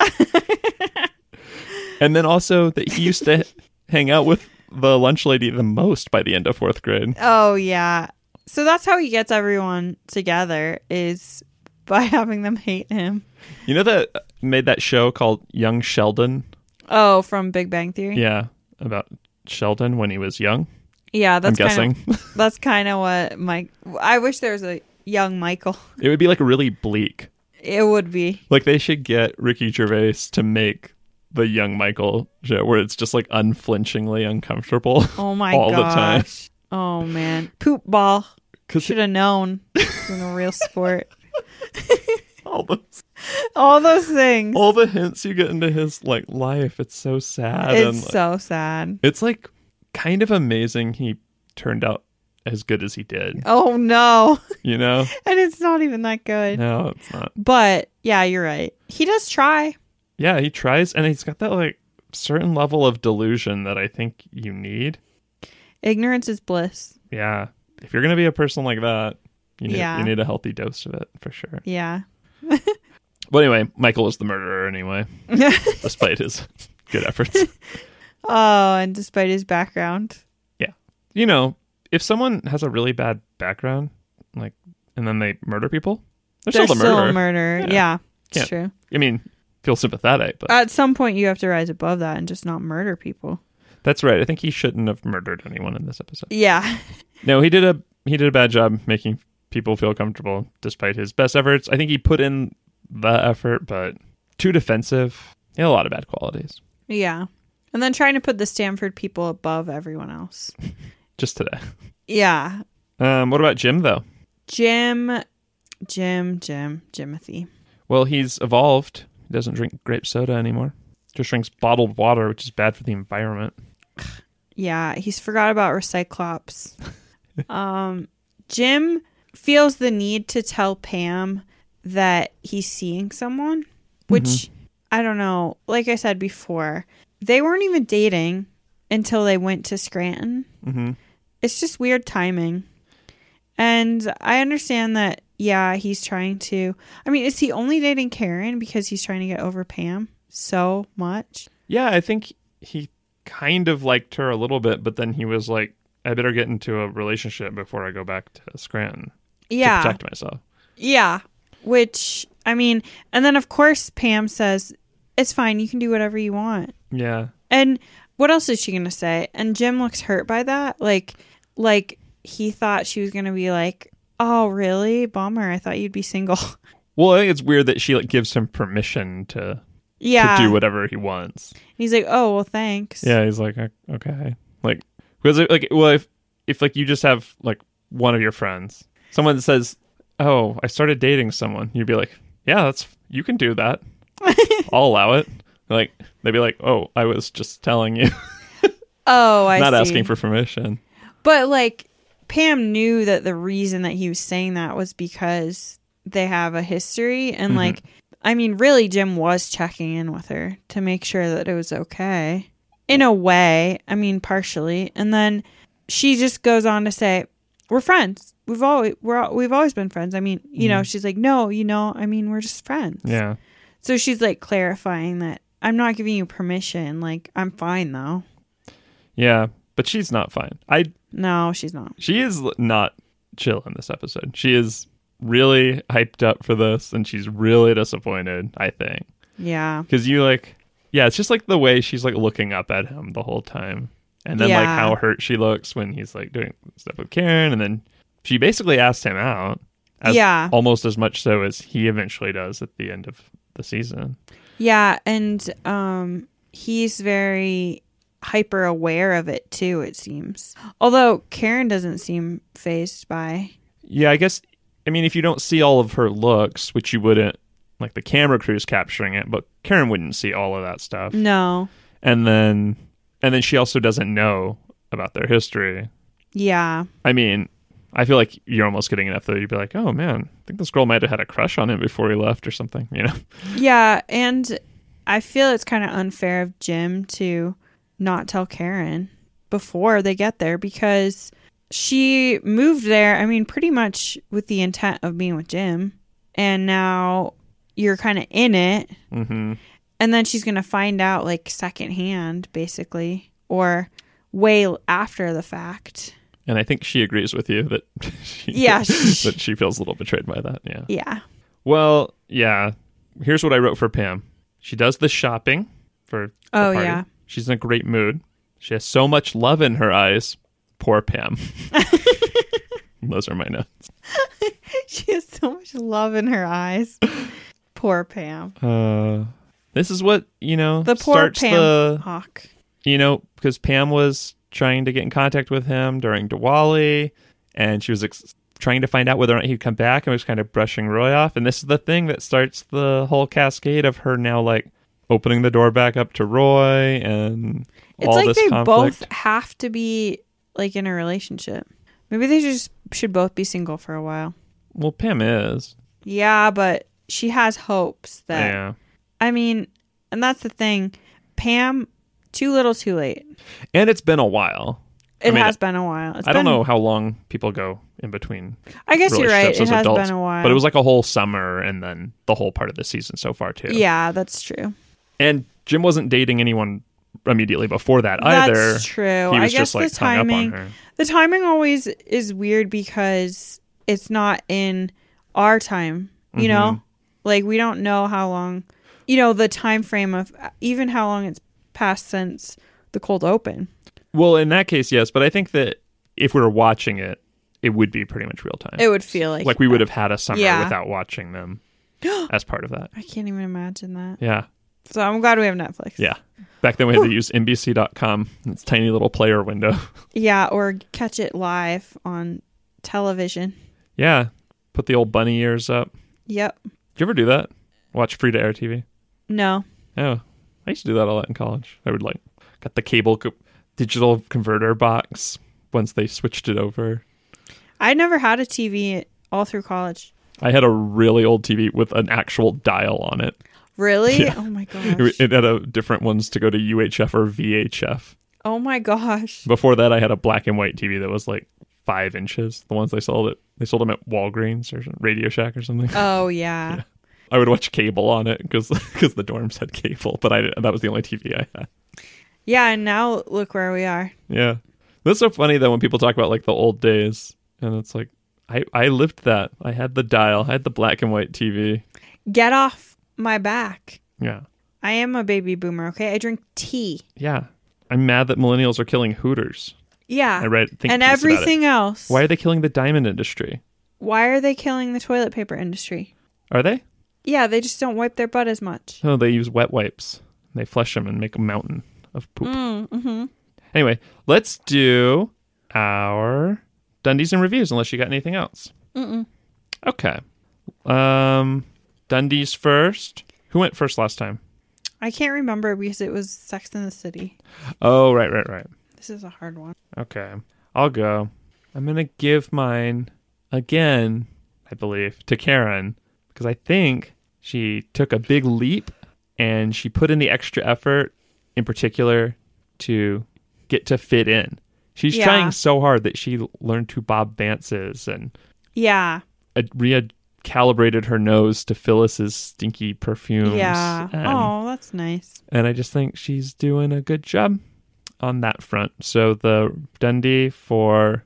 [SPEAKER 2] and then also that he used to hang out with the lunch lady the most by the end of fourth grade.
[SPEAKER 1] Oh yeah. So that's how he gets everyone together is by having them hate him.
[SPEAKER 2] You know that uh, made that show called Young Sheldon?
[SPEAKER 1] Oh, from Big Bang Theory.
[SPEAKER 2] Yeah, about Sheldon when he was young.
[SPEAKER 1] Yeah, that's
[SPEAKER 2] I'm
[SPEAKER 1] kind
[SPEAKER 2] guessing.
[SPEAKER 1] Of, that's kind of what Mike. I wish there was a young Michael.
[SPEAKER 2] it would be like really bleak.
[SPEAKER 1] It would be.
[SPEAKER 2] Like they should get Ricky Gervais to make the young Michael show where it's just like unflinchingly uncomfortable.
[SPEAKER 1] Oh my
[SPEAKER 2] All the time.
[SPEAKER 1] gosh. Oh man, poop ball.
[SPEAKER 2] 'Cause
[SPEAKER 1] Should have known. It's a real sport.
[SPEAKER 2] all the
[SPEAKER 1] All those things.
[SPEAKER 2] all the hints you get into his like life, it's so sad and
[SPEAKER 1] it's
[SPEAKER 2] like,
[SPEAKER 1] so sad.
[SPEAKER 2] It's like kind of amazing he turned out as good as he did.
[SPEAKER 1] Oh no,
[SPEAKER 2] You know?
[SPEAKER 1] and it's not even that good.
[SPEAKER 2] No, it's not.
[SPEAKER 1] But yeah, you're right. He does try.
[SPEAKER 2] Yeah, he tries and he's got that like certain level of delusion that I think you need.
[SPEAKER 1] Ignorance is bliss.
[SPEAKER 2] Yeah. If you're gonna be a person like that, you need
[SPEAKER 1] Yeah.
[SPEAKER 2] you need a healthy dose of it for sure.
[SPEAKER 1] Yeah.
[SPEAKER 2] But anyway, Michael was the murderer anyway, despite his good efforts.
[SPEAKER 1] Oh, and despite his background.
[SPEAKER 2] You know, if someone has a really bad background, like and then they murder people, they're,
[SPEAKER 1] They're
[SPEAKER 2] still the
[SPEAKER 1] still
[SPEAKER 2] murderer.
[SPEAKER 1] a murderer.
[SPEAKER 2] Yeah.
[SPEAKER 1] Yeah. it's
[SPEAKER 2] Yeah.
[SPEAKER 1] true.
[SPEAKER 2] I mean, feel sympathetic, but
[SPEAKER 1] At some point, you have to rise above that and just not murder people.
[SPEAKER 2] That's right. I think he shouldn't have murdered anyone in this episode.
[SPEAKER 1] Yeah.
[SPEAKER 2] No, he did a he did a bad job making people feel comfortable despite his best efforts. I think he put in the effort, but too defensive. He had a lot of bad qualities.
[SPEAKER 1] Yeah. And then trying to put the Stanford people above everyone else.
[SPEAKER 2] Just today.
[SPEAKER 1] Yeah.
[SPEAKER 2] Um, what about Jim though?
[SPEAKER 1] Jim, Jim, Jim, Jimothy.
[SPEAKER 2] Well, he's evolved. He doesn't drink grape soda anymore. Just drinks bottled water, which is bad for the environment.
[SPEAKER 1] Yeah. He's forgot about Recyclops. um, Jim feels the need to tell Pam that he's seeing someone, which
[SPEAKER 2] Mm-hmm.
[SPEAKER 1] I don't know. Like I said before, they weren't even dating until they went to Scranton.
[SPEAKER 2] Mm-hmm.
[SPEAKER 1] It's just weird timing. And I understand that, yeah, he's trying to. I mean, is he only dating Karen because he's trying to get over Pam so much?
[SPEAKER 2] Yeah, I think he kind of liked her a little bit, but then he was like, "I better get into a relationship before I go back to Scranton
[SPEAKER 1] Yeah.
[SPEAKER 2] to protect myself."
[SPEAKER 1] Yeah. Which, I mean, and then of course Pam says, it's fine. You can do whatever you want.
[SPEAKER 2] Yeah.
[SPEAKER 1] And what else is she gonna say? And Jim looks hurt by that. Like like he thought she was gonna be like, Oh, really? Bummer. I thought you'd be single.
[SPEAKER 2] Well, I think it's weird that she like gives him permission to,
[SPEAKER 1] yeah.
[SPEAKER 2] to do whatever he wants.
[SPEAKER 1] He's like, Oh, well thanks.
[SPEAKER 2] Yeah, he's like, "O- okay, like because like well, if if like you just have like one of your friends, someone that says, "Oh, I started dating someone," you'd be like, "Yeah, that's you can do that. I'll allow it." Like they'd be like, "Oh, I was just telling you,
[SPEAKER 1] Oh, I
[SPEAKER 2] not
[SPEAKER 1] see.
[SPEAKER 2] asking for permission."
[SPEAKER 1] But like Pam knew that the reason that he was saying that was because they have a history and
[SPEAKER 2] Mm-hmm.
[SPEAKER 1] like I mean really Jim was checking in with her to make sure that it was okay in a way, I mean partially. And then she just goes on to say, "We're friends. We've always we're al- we've always been friends." I mean, you know, she's like, "No, you know, I mean, we're just friends."
[SPEAKER 2] Mm-hmm. Yeah,
[SPEAKER 1] So she's like clarifying that I'm not giving you permission. Like, I'm fine though.
[SPEAKER 2] Yeah, but she's not fine. I
[SPEAKER 1] No, she's not.
[SPEAKER 2] she is l- not chill in this episode. She is really hyped up for this and she's really disappointed, I think.
[SPEAKER 1] Yeah.
[SPEAKER 2] Cuz you like yeah, it's just like the way she's like looking up at him the whole time. And then like
[SPEAKER 1] Yeah.
[SPEAKER 2] how hurt she looks when he's like doing stuff with Karen and then she basically asked him out. As,
[SPEAKER 1] Yeah.
[SPEAKER 2] Almost as much so as he eventually does at the end of the season.
[SPEAKER 1] Yeah, and um he's very hyper aware of it too, it seems. Although Karen doesn't seem phased by
[SPEAKER 2] Yeah, I guess. I mean, if you don't see all of her looks, which you wouldn't, like the camera crew's capturing it, but Karen wouldn't see all of that stuff.
[SPEAKER 1] No.
[SPEAKER 2] And then, and then she also doesn't know about their history.
[SPEAKER 1] Yeah.
[SPEAKER 2] I mean, I feel like you're almost getting enough though. You'd be like, oh man, I think this girl might have had a crush on him before he left or something. You know?
[SPEAKER 1] Yeah, and I feel it's kind of unfair of Jim to not tell Karen before they get there because she moved there, I mean, pretty much with the intent of being with Jim. And now you're kind of in it.
[SPEAKER 2] Mm-hmm.
[SPEAKER 1] And then she's going to find out like secondhand, basically, or way l- after the fact.
[SPEAKER 2] And I think she agrees with you that she,
[SPEAKER 1] Yeah.
[SPEAKER 2] that she feels a little betrayed by that. Yeah.
[SPEAKER 1] Yeah.
[SPEAKER 2] Well, yeah. Here's what I wrote for Pam. She does the shopping for the
[SPEAKER 1] Oh,
[SPEAKER 2] party.
[SPEAKER 1] yeah.
[SPEAKER 2] She's in a great mood. She has so much love in her eyes. Poor Pam. Those are my notes.
[SPEAKER 1] she has so much love in her eyes. poor Pam.
[SPEAKER 2] Uh, this is what you know
[SPEAKER 1] The poor
[SPEAKER 2] starts
[SPEAKER 1] Pam
[SPEAKER 2] the
[SPEAKER 1] Hawk.
[SPEAKER 2] you know because Pam was trying to get in contact with him during Diwali, and she was ex- trying to find out whether or not he'd come back, and was kind of brushing Roy off. And this is the thing that starts the whole cascade of her now like opening the door back up to Roy and
[SPEAKER 1] It's
[SPEAKER 2] all
[SPEAKER 1] like
[SPEAKER 2] this
[SPEAKER 1] they
[SPEAKER 2] conflict.
[SPEAKER 1] both have to be like in a relationship. Maybe they just should both be single for a while.
[SPEAKER 2] Well, Pam is
[SPEAKER 1] Yeah, but she has hopes that
[SPEAKER 2] yeah,
[SPEAKER 1] I mean, and that's the thing. Pam, too little, too late.
[SPEAKER 2] and it's been a while.
[SPEAKER 1] It
[SPEAKER 2] mean,
[SPEAKER 1] has been a while. It's
[SPEAKER 2] I don't
[SPEAKER 1] been-
[SPEAKER 2] know how long people go in between
[SPEAKER 1] I guess you're right.
[SPEAKER 2] relationships
[SPEAKER 1] It
[SPEAKER 2] as
[SPEAKER 1] has
[SPEAKER 2] adults,
[SPEAKER 1] been a while.
[SPEAKER 2] but it was like a whole summer and then the whole part of the season so far too.
[SPEAKER 1] yeah, that's true.
[SPEAKER 2] and Jim wasn't dating anyone immediately before that
[SPEAKER 1] That's
[SPEAKER 2] either.
[SPEAKER 1] true.
[SPEAKER 2] He
[SPEAKER 1] I
[SPEAKER 2] was
[SPEAKER 1] guess
[SPEAKER 2] just like
[SPEAKER 1] the
[SPEAKER 2] hung up on
[SPEAKER 1] timing-
[SPEAKER 2] her.
[SPEAKER 1] The timing always is weird because it's not in our time, you
[SPEAKER 2] Mm-hmm.
[SPEAKER 1] know? Like we don't know how long, you know, the time frame of even how long it's passed since the cold open.
[SPEAKER 2] Well, in that case, yes, but I think that if we were watching it, it would be pretty much real time.
[SPEAKER 1] It would feel like
[SPEAKER 2] like we would have had a summer
[SPEAKER 1] Yeah.
[SPEAKER 2] without watching them as part of that.
[SPEAKER 1] I can't even imagine that.
[SPEAKER 2] Yeah.
[SPEAKER 1] So I'm glad we have Netflix.
[SPEAKER 2] Yeah. Back then we had to use NBC.com, its tiny little player window.
[SPEAKER 1] Yeah, or catch it live on television.
[SPEAKER 2] yeah. Put the old bunny ears up. Did
[SPEAKER 1] Yep.
[SPEAKER 2] you ever do that? Watch free to air TV?
[SPEAKER 1] No.
[SPEAKER 2] Oh, I used to do that a lot in college. I would like got the cable co- digital converter box once they switched it over.
[SPEAKER 1] I never had a TV all through college.
[SPEAKER 2] I had a really old TV with an actual dial on it.
[SPEAKER 1] Really? Oh my gosh.
[SPEAKER 2] It had a different ones to go to UHF or VHF.
[SPEAKER 1] Oh my gosh.
[SPEAKER 2] Before that, I had a black and white TV that was like five inches. The ones they sold at they sold them at Walgreens or Radio Shack or something.
[SPEAKER 1] Oh yeah.
[SPEAKER 2] I would watch cable on it because the dorms had cable, but I didn't- that was the only TV I had.
[SPEAKER 1] Yeah, and now look where we are.
[SPEAKER 2] Yeah. That's so funny though when people talk about like the old days and it's like I I lived that. I had the dial, I had the black and white TV.
[SPEAKER 1] Get off my back.
[SPEAKER 2] Yeah.
[SPEAKER 1] I am a baby boomer, okay? I drink tea.
[SPEAKER 2] Yeah. I'm mad that millennials are killing hooters.
[SPEAKER 1] Yeah.
[SPEAKER 2] I read think
[SPEAKER 1] and
[SPEAKER 2] piece about it.
[SPEAKER 1] everything else.
[SPEAKER 2] Why are they killing the diamond industry?
[SPEAKER 1] Why are they killing the toilet paper industry?
[SPEAKER 2] Are they?
[SPEAKER 1] Yeah, they just don't wipe their butt as much.
[SPEAKER 2] No, they use wet wipes. They flush them and make a mountain of poop.
[SPEAKER 1] Mm-hmm.
[SPEAKER 2] Anyway, let's do our Dundies and reviews. Unless you got anything else.
[SPEAKER 1] Mm-mm.
[SPEAKER 2] Okay. Um, Dundies first. Who went first last time?
[SPEAKER 1] I can't remember because it was Sex in the City.
[SPEAKER 2] Oh, right, right, right.
[SPEAKER 1] This is a hard one.
[SPEAKER 2] Okay. I'll go. I'm going to give mine again, I believe, to Karen because I think she took a big leap and she put in the extra effort in particular to get to fit in. She's
[SPEAKER 1] Yeah.
[SPEAKER 2] trying so hard that she learned to Bob dances and
[SPEAKER 1] Yeah.
[SPEAKER 2] uh, Rhea calibrated her nose to Phyllis's stinky perfumes.
[SPEAKER 1] Yeah.
[SPEAKER 2] And,
[SPEAKER 1] oh, that's nice.
[SPEAKER 2] and I just think she's doing a good job on that front. So the Dundee for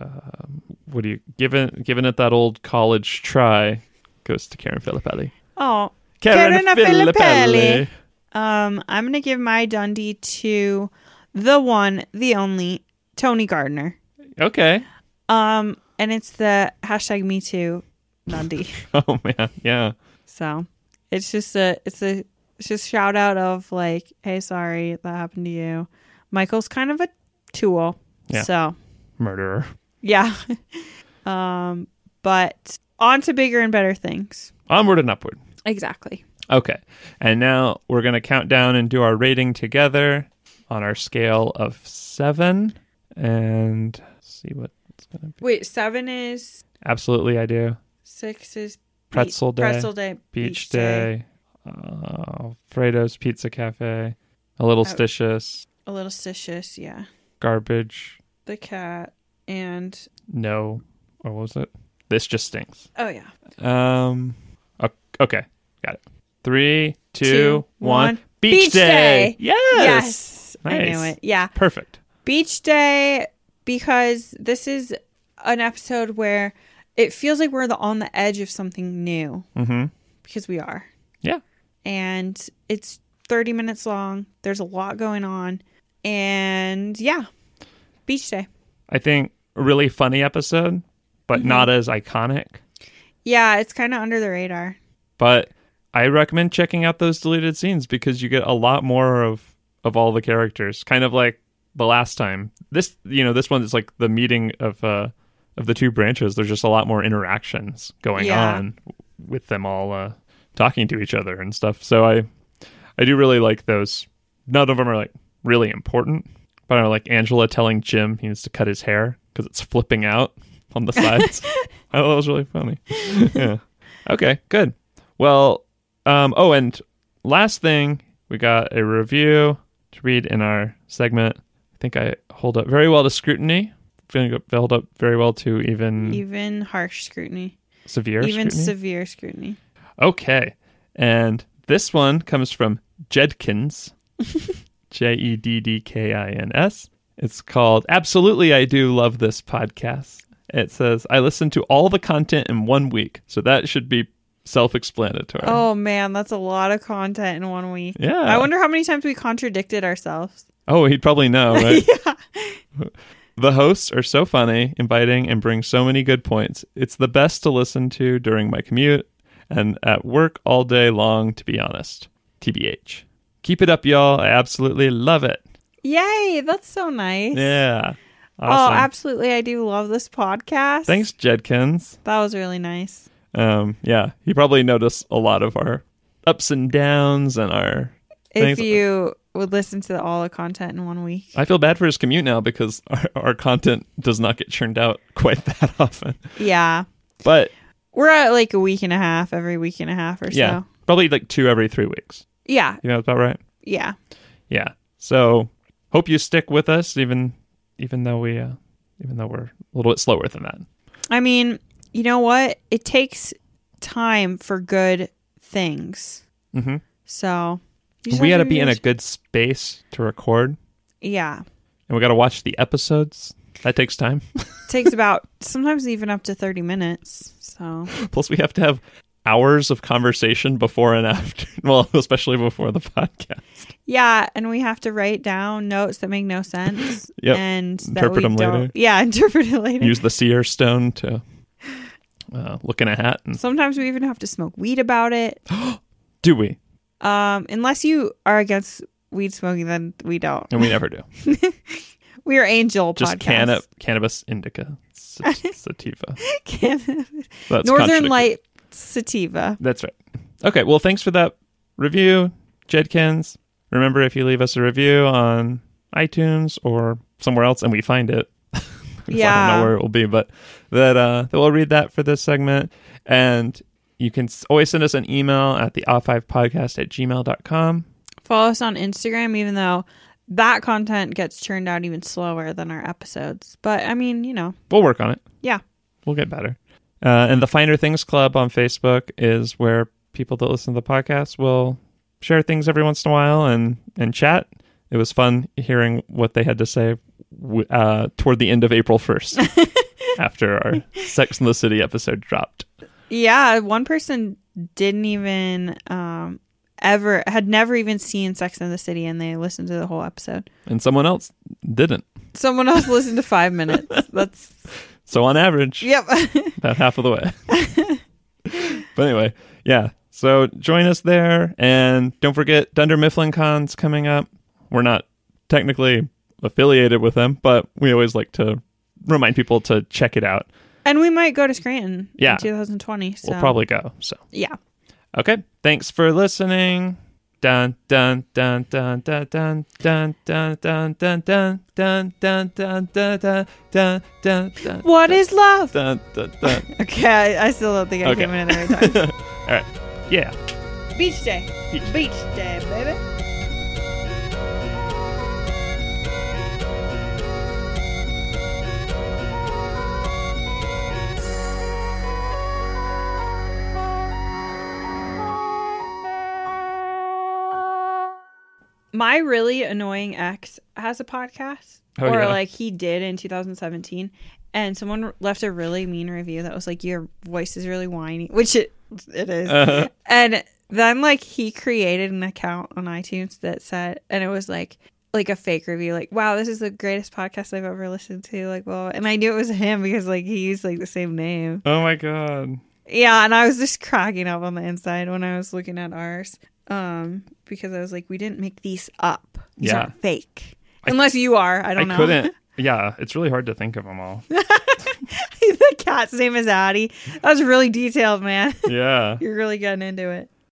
[SPEAKER 2] um what do you given given it that old college try goes to Karen Filippelli.
[SPEAKER 1] Oh, Karen Filippelli. um, I'm gonna give my Dundee to the one, the only Tony Gardner.
[SPEAKER 2] Okay.
[SPEAKER 1] Um, and it's the hashtag Me Too Dundee.
[SPEAKER 2] Oh man, yeah.
[SPEAKER 1] so it's just a, it's a, it's just shout out of like, hey, sorry that happened to you. Michael's kind of a tool.
[SPEAKER 2] Yeah.
[SPEAKER 1] So
[SPEAKER 2] Murderer.
[SPEAKER 1] yeah. um, but on to bigger and better things.
[SPEAKER 2] Onward and upward.
[SPEAKER 1] Exactly.
[SPEAKER 2] Okay. And now we're going to count down and do our rating together on our scale of 7 and see what it's going to be.
[SPEAKER 1] Wait, seven is
[SPEAKER 2] Absolutely I do.
[SPEAKER 1] six is be-
[SPEAKER 2] Pretzel day.
[SPEAKER 1] Pretzel day.
[SPEAKER 2] Beach Day, uh, Alfredo's Pizza Cafe, A Little
[SPEAKER 1] Oh.
[SPEAKER 2] Stitious,
[SPEAKER 1] A little stitious, yeah.
[SPEAKER 2] Garbage,
[SPEAKER 1] The cat and
[SPEAKER 2] No, or what was it? This just stinks.
[SPEAKER 1] oh yeah.
[SPEAKER 2] Um, o- okay, got it. Three, two, one.
[SPEAKER 1] Two, one.
[SPEAKER 2] Beach,
[SPEAKER 1] Beach
[SPEAKER 2] Day.
[SPEAKER 1] Day.
[SPEAKER 2] Yes.
[SPEAKER 1] I knew
[SPEAKER 2] Nice.
[SPEAKER 1] it. Yeah.
[SPEAKER 2] Perfect.
[SPEAKER 1] Beach Day because this is an episode where it feels like we're the, on the edge of something new
[SPEAKER 2] Mm-hmm.
[SPEAKER 1] because we are.
[SPEAKER 2] Yeah.
[SPEAKER 1] And it's 30 minutes long. There's a lot going on. And yeah. Beach Day.
[SPEAKER 2] I think a really funny episode, but
[SPEAKER 1] Mm-hmm.
[SPEAKER 2] not as iconic.
[SPEAKER 1] Yeah, it's kind of under the radar.
[SPEAKER 2] But I recommend checking out those deleted scenes because you get a lot more of of all the characters. Kind of like the last time. This you know, this one is like the meeting of uh of the two branches. There's just a lot more interactions going
[SPEAKER 1] Yeah.
[SPEAKER 2] on with them all uh talking to each other and stuff. So I I do really like those. None of them are like really important, but I like Angela telling Jim he needs to cut his hair because it's flipping out on the sides. I thought that was really funny. yeah. Okay, good. Well, um, oh, and last thing, we got a review to read in our segment. I think I hold up very well to scrutiny. Feeling up- held up very well to even,
[SPEAKER 1] Even harsh scrutiny,
[SPEAKER 2] severe
[SPEAKER 1] E-, even
[SPEAKER 2] Hmm. scrutiny.
[SPEAKER 1] severe scrutiny.
[SPEAKER 2] Okay. And this one comes from Jedkins. J E D D K I N S. It's called Absolutely I Do Love This Podcast. It says, I listened to all the content in one week. So that should be self explanatory.
[SPEAKER 1] Oh man, that's a lot of content in one week.
[SPEAKER 2] Yeah.
[SPEAKER 1] I wonder how many times we contradicted ourselves.
[SPEAKER 2] Oh, he'd probably know, right?
[SPEAKER 1] yeah.
[SPEAKER 2] The hosts are so funny, inviting, and bring so many good points. It's the best to listen to during my commute and at work all day long, to be honest. TBH. Keep it up, y'all. I absolutely love it.
[SPEAKER 1] Yay, that's so nice.
[SPEAKER 2] Yeah.
[SPEAKER 1] Oh,
[SPEAKER 2] Awesome.
[SPEAKER 1] absolutely. I do love this podcast.
[SPEAKER 2] Thanks, Jedkins.
[SPEAKER 1] That was really nice.
[SPEAKER 2] Um, yeah, you probably noticed a lot of our ups and downs and our. Thanks.
[SPEAKER 1] If you would listen to all the content in one week.
[SPEAKER 2] I feel bad for his commute now because our, our content does not get churned out quite that often.
[SPEAKER 1] Yeah.
[SPEAKER 2] But
[SPEAKER 1] We're at like a week and a half, every week and a half or
[SPEAKER 2] yeah,
[SPEAKER 1] so.
[SPEAKER 2] probably like two every three weeks.
[SPEAKER 1] Yeah.
[SPEAKER 2] You know, that's about right.
[SPEAKER 1] Yeah.
[SPEAKER 2] Yeah. So hope you stick with us, even even though we, uh, even though we're a little bit slower than that.
[SPEAKER 1] I mean, you know what? It takes time for good things.
[SPEAKER 2] Mm-hmm.
[SPEAKER 1] So you just
[SPEAKER 2] We got
[SPEAKER 1] have
[SPEAKER 2] to be in a
[SPEAKER 1] use-
[SPEAKER 2] good space to record,
[SPEAKER 1] Yeah.
[SPEAKER 2] and we got to watch the episodes. That takes time.
[SPEAKER 1] takes about sometimes even up to 30 minutes. So
[SPEAKER 2] Plus, we have to have hours of conversation before and after. Well, especially before the podcast.
[SPEAKER 1] Yeah, and we have to write down notes that make no sense.
[SPEAKER 2] Yep.
[SPEAKER 1] and that
[SPEAKER 2] Interpret
[SPEAKER 1] we
[SPEAKER 2] them
[SPEAKER 1] don't,
[SPEAKER 2] later.
[SPEAKER 1] Yeah, interpret it later.
[SPEAKER 2] Use the seer stone to uh, look in a hat. And
[SPEAKER 1] Sometimes we even have to smoke weed about it.
[SPEAKER 2] do we?
[SPEAKER 1] Um, unless you are against weed smoking, then we don't.
[SPEAKER 2] And we never do.
[SPEAKER 1] We are angel
[SPEAKER 2] Just
[SPEAKER 1] podcast.
[SPEAKER 2] canna- cannabis indica sa- sativa.
[SPEAKER 1] Can-
[SPEAKER 2] That's
[SPEAKER 1] Northern
[SPEAKER 2] contradictory.
[SPEAKER 1] Light sativa.
[SPEAKER 2] That's right. Okay. Well, thanks for that review, Jedkins. Remember, if you leave us a review on iTunes or somewhere else and we find it, I don't
[SPEAKER 1] Yeah.
[SPEAKER 2] know where it will be, but that uh, that we'll read that for this segment. And you can s- always send us an email at the off5podcast at gmail.com.
[SPEAKER 1] Follow us on Instagram, even though that content gets churned out even slower than our episodes. But I mean, you know,
[SPEAKER 2] We'll work on it.
[SPEAKER 1] yeah.
[SPEAKER 2] We'll get better. Uh, and the Finer Things Club on Facebook is where people that listen to the podcast will share things every once in a while and, and chat. It was fun hearing what they had to say w- uh, toward the end of April 1st after our Sex and the City episode dropped.
[SPEAKER 1] Yeah, one person didn't even um ever had never even seen Sex in the City and they listened to the whole episode.
[SPEAKER 2] And someone else didn't.
[SPEAKER 1] Someone else listened to 5 minutes. That's
[SPEAKER 2] So on average,
[SPEAKER 1] yep.
[SPEAKER 2] about half of the way. but anyway, yeah. So join us there, and don't forget Dunder Mifflin Con's coming up. We're not technically affiliated with them, but we always like to remind people to check it out.
[SPEAKER 1] and we might go to Scranton
[SPEAKER 2] Yeah.
[SPEAKER 1] in 2020. So
[SPEAKER 2] We'll probably go. So
[SPEAKER 1] yeah.
[SPEAKER 2] okay, thanks for listening. Dun dun dun dun dun dun dun dun dun dun dun dun dun dun dun dun dun dun dun
[SPEAKER 1] What is love?
[SPEAKER 2] dun dun dun.
[SPEAKER 1] Okay, I, I still don't think I
[SPEAKER 2] Okay.
[SPEAKER 1] came in at the right time.
[SPEAKER 2] All right, yeah.
[SPEAKER 1] Beach day.
[SPEAKER 2] Beach day.
[SPEAKER 1] Beach day, baby. My really annoying ex has a podcast,
[SPEAKER 2] Oh,
[SPEAKER 1] or
[SPEAKER 2] yeah.
[SPEAKER 1] like he did in 2017, and someone left a really mean review that was like, "Your voice is really whiny," which it it is.
[SPEAKER 2] Uh-huh.
[SPEAKER 1] And then like he created an account on iTunes that said and it was like like a fake review, like, wow, this is the greatest podcast I've ever listened to, like well and I knew it was him because like he used like the same name.
[SPEAKER 2] Oh my god.
[SPEAKER 1] Yeah, and I was just cracking up on the inside when I was looking at ours. Um, because I was like, We didn't make these up. These
[SPEAKER 2] Yeah.
[SPEAKER 1] aren't fake. Unless you are, I
[SPEAKER 2] I
[SPEAKER 1] don't know.
[SPEAKER 2] couldn't. Yeah, it's really hard to think of them all.
[SPEAKER 1] the cat's name is Addie. That was really detailed, man.
[SPEAKER 2] Yeah.
[SPEAKER 1] You're really getting into it.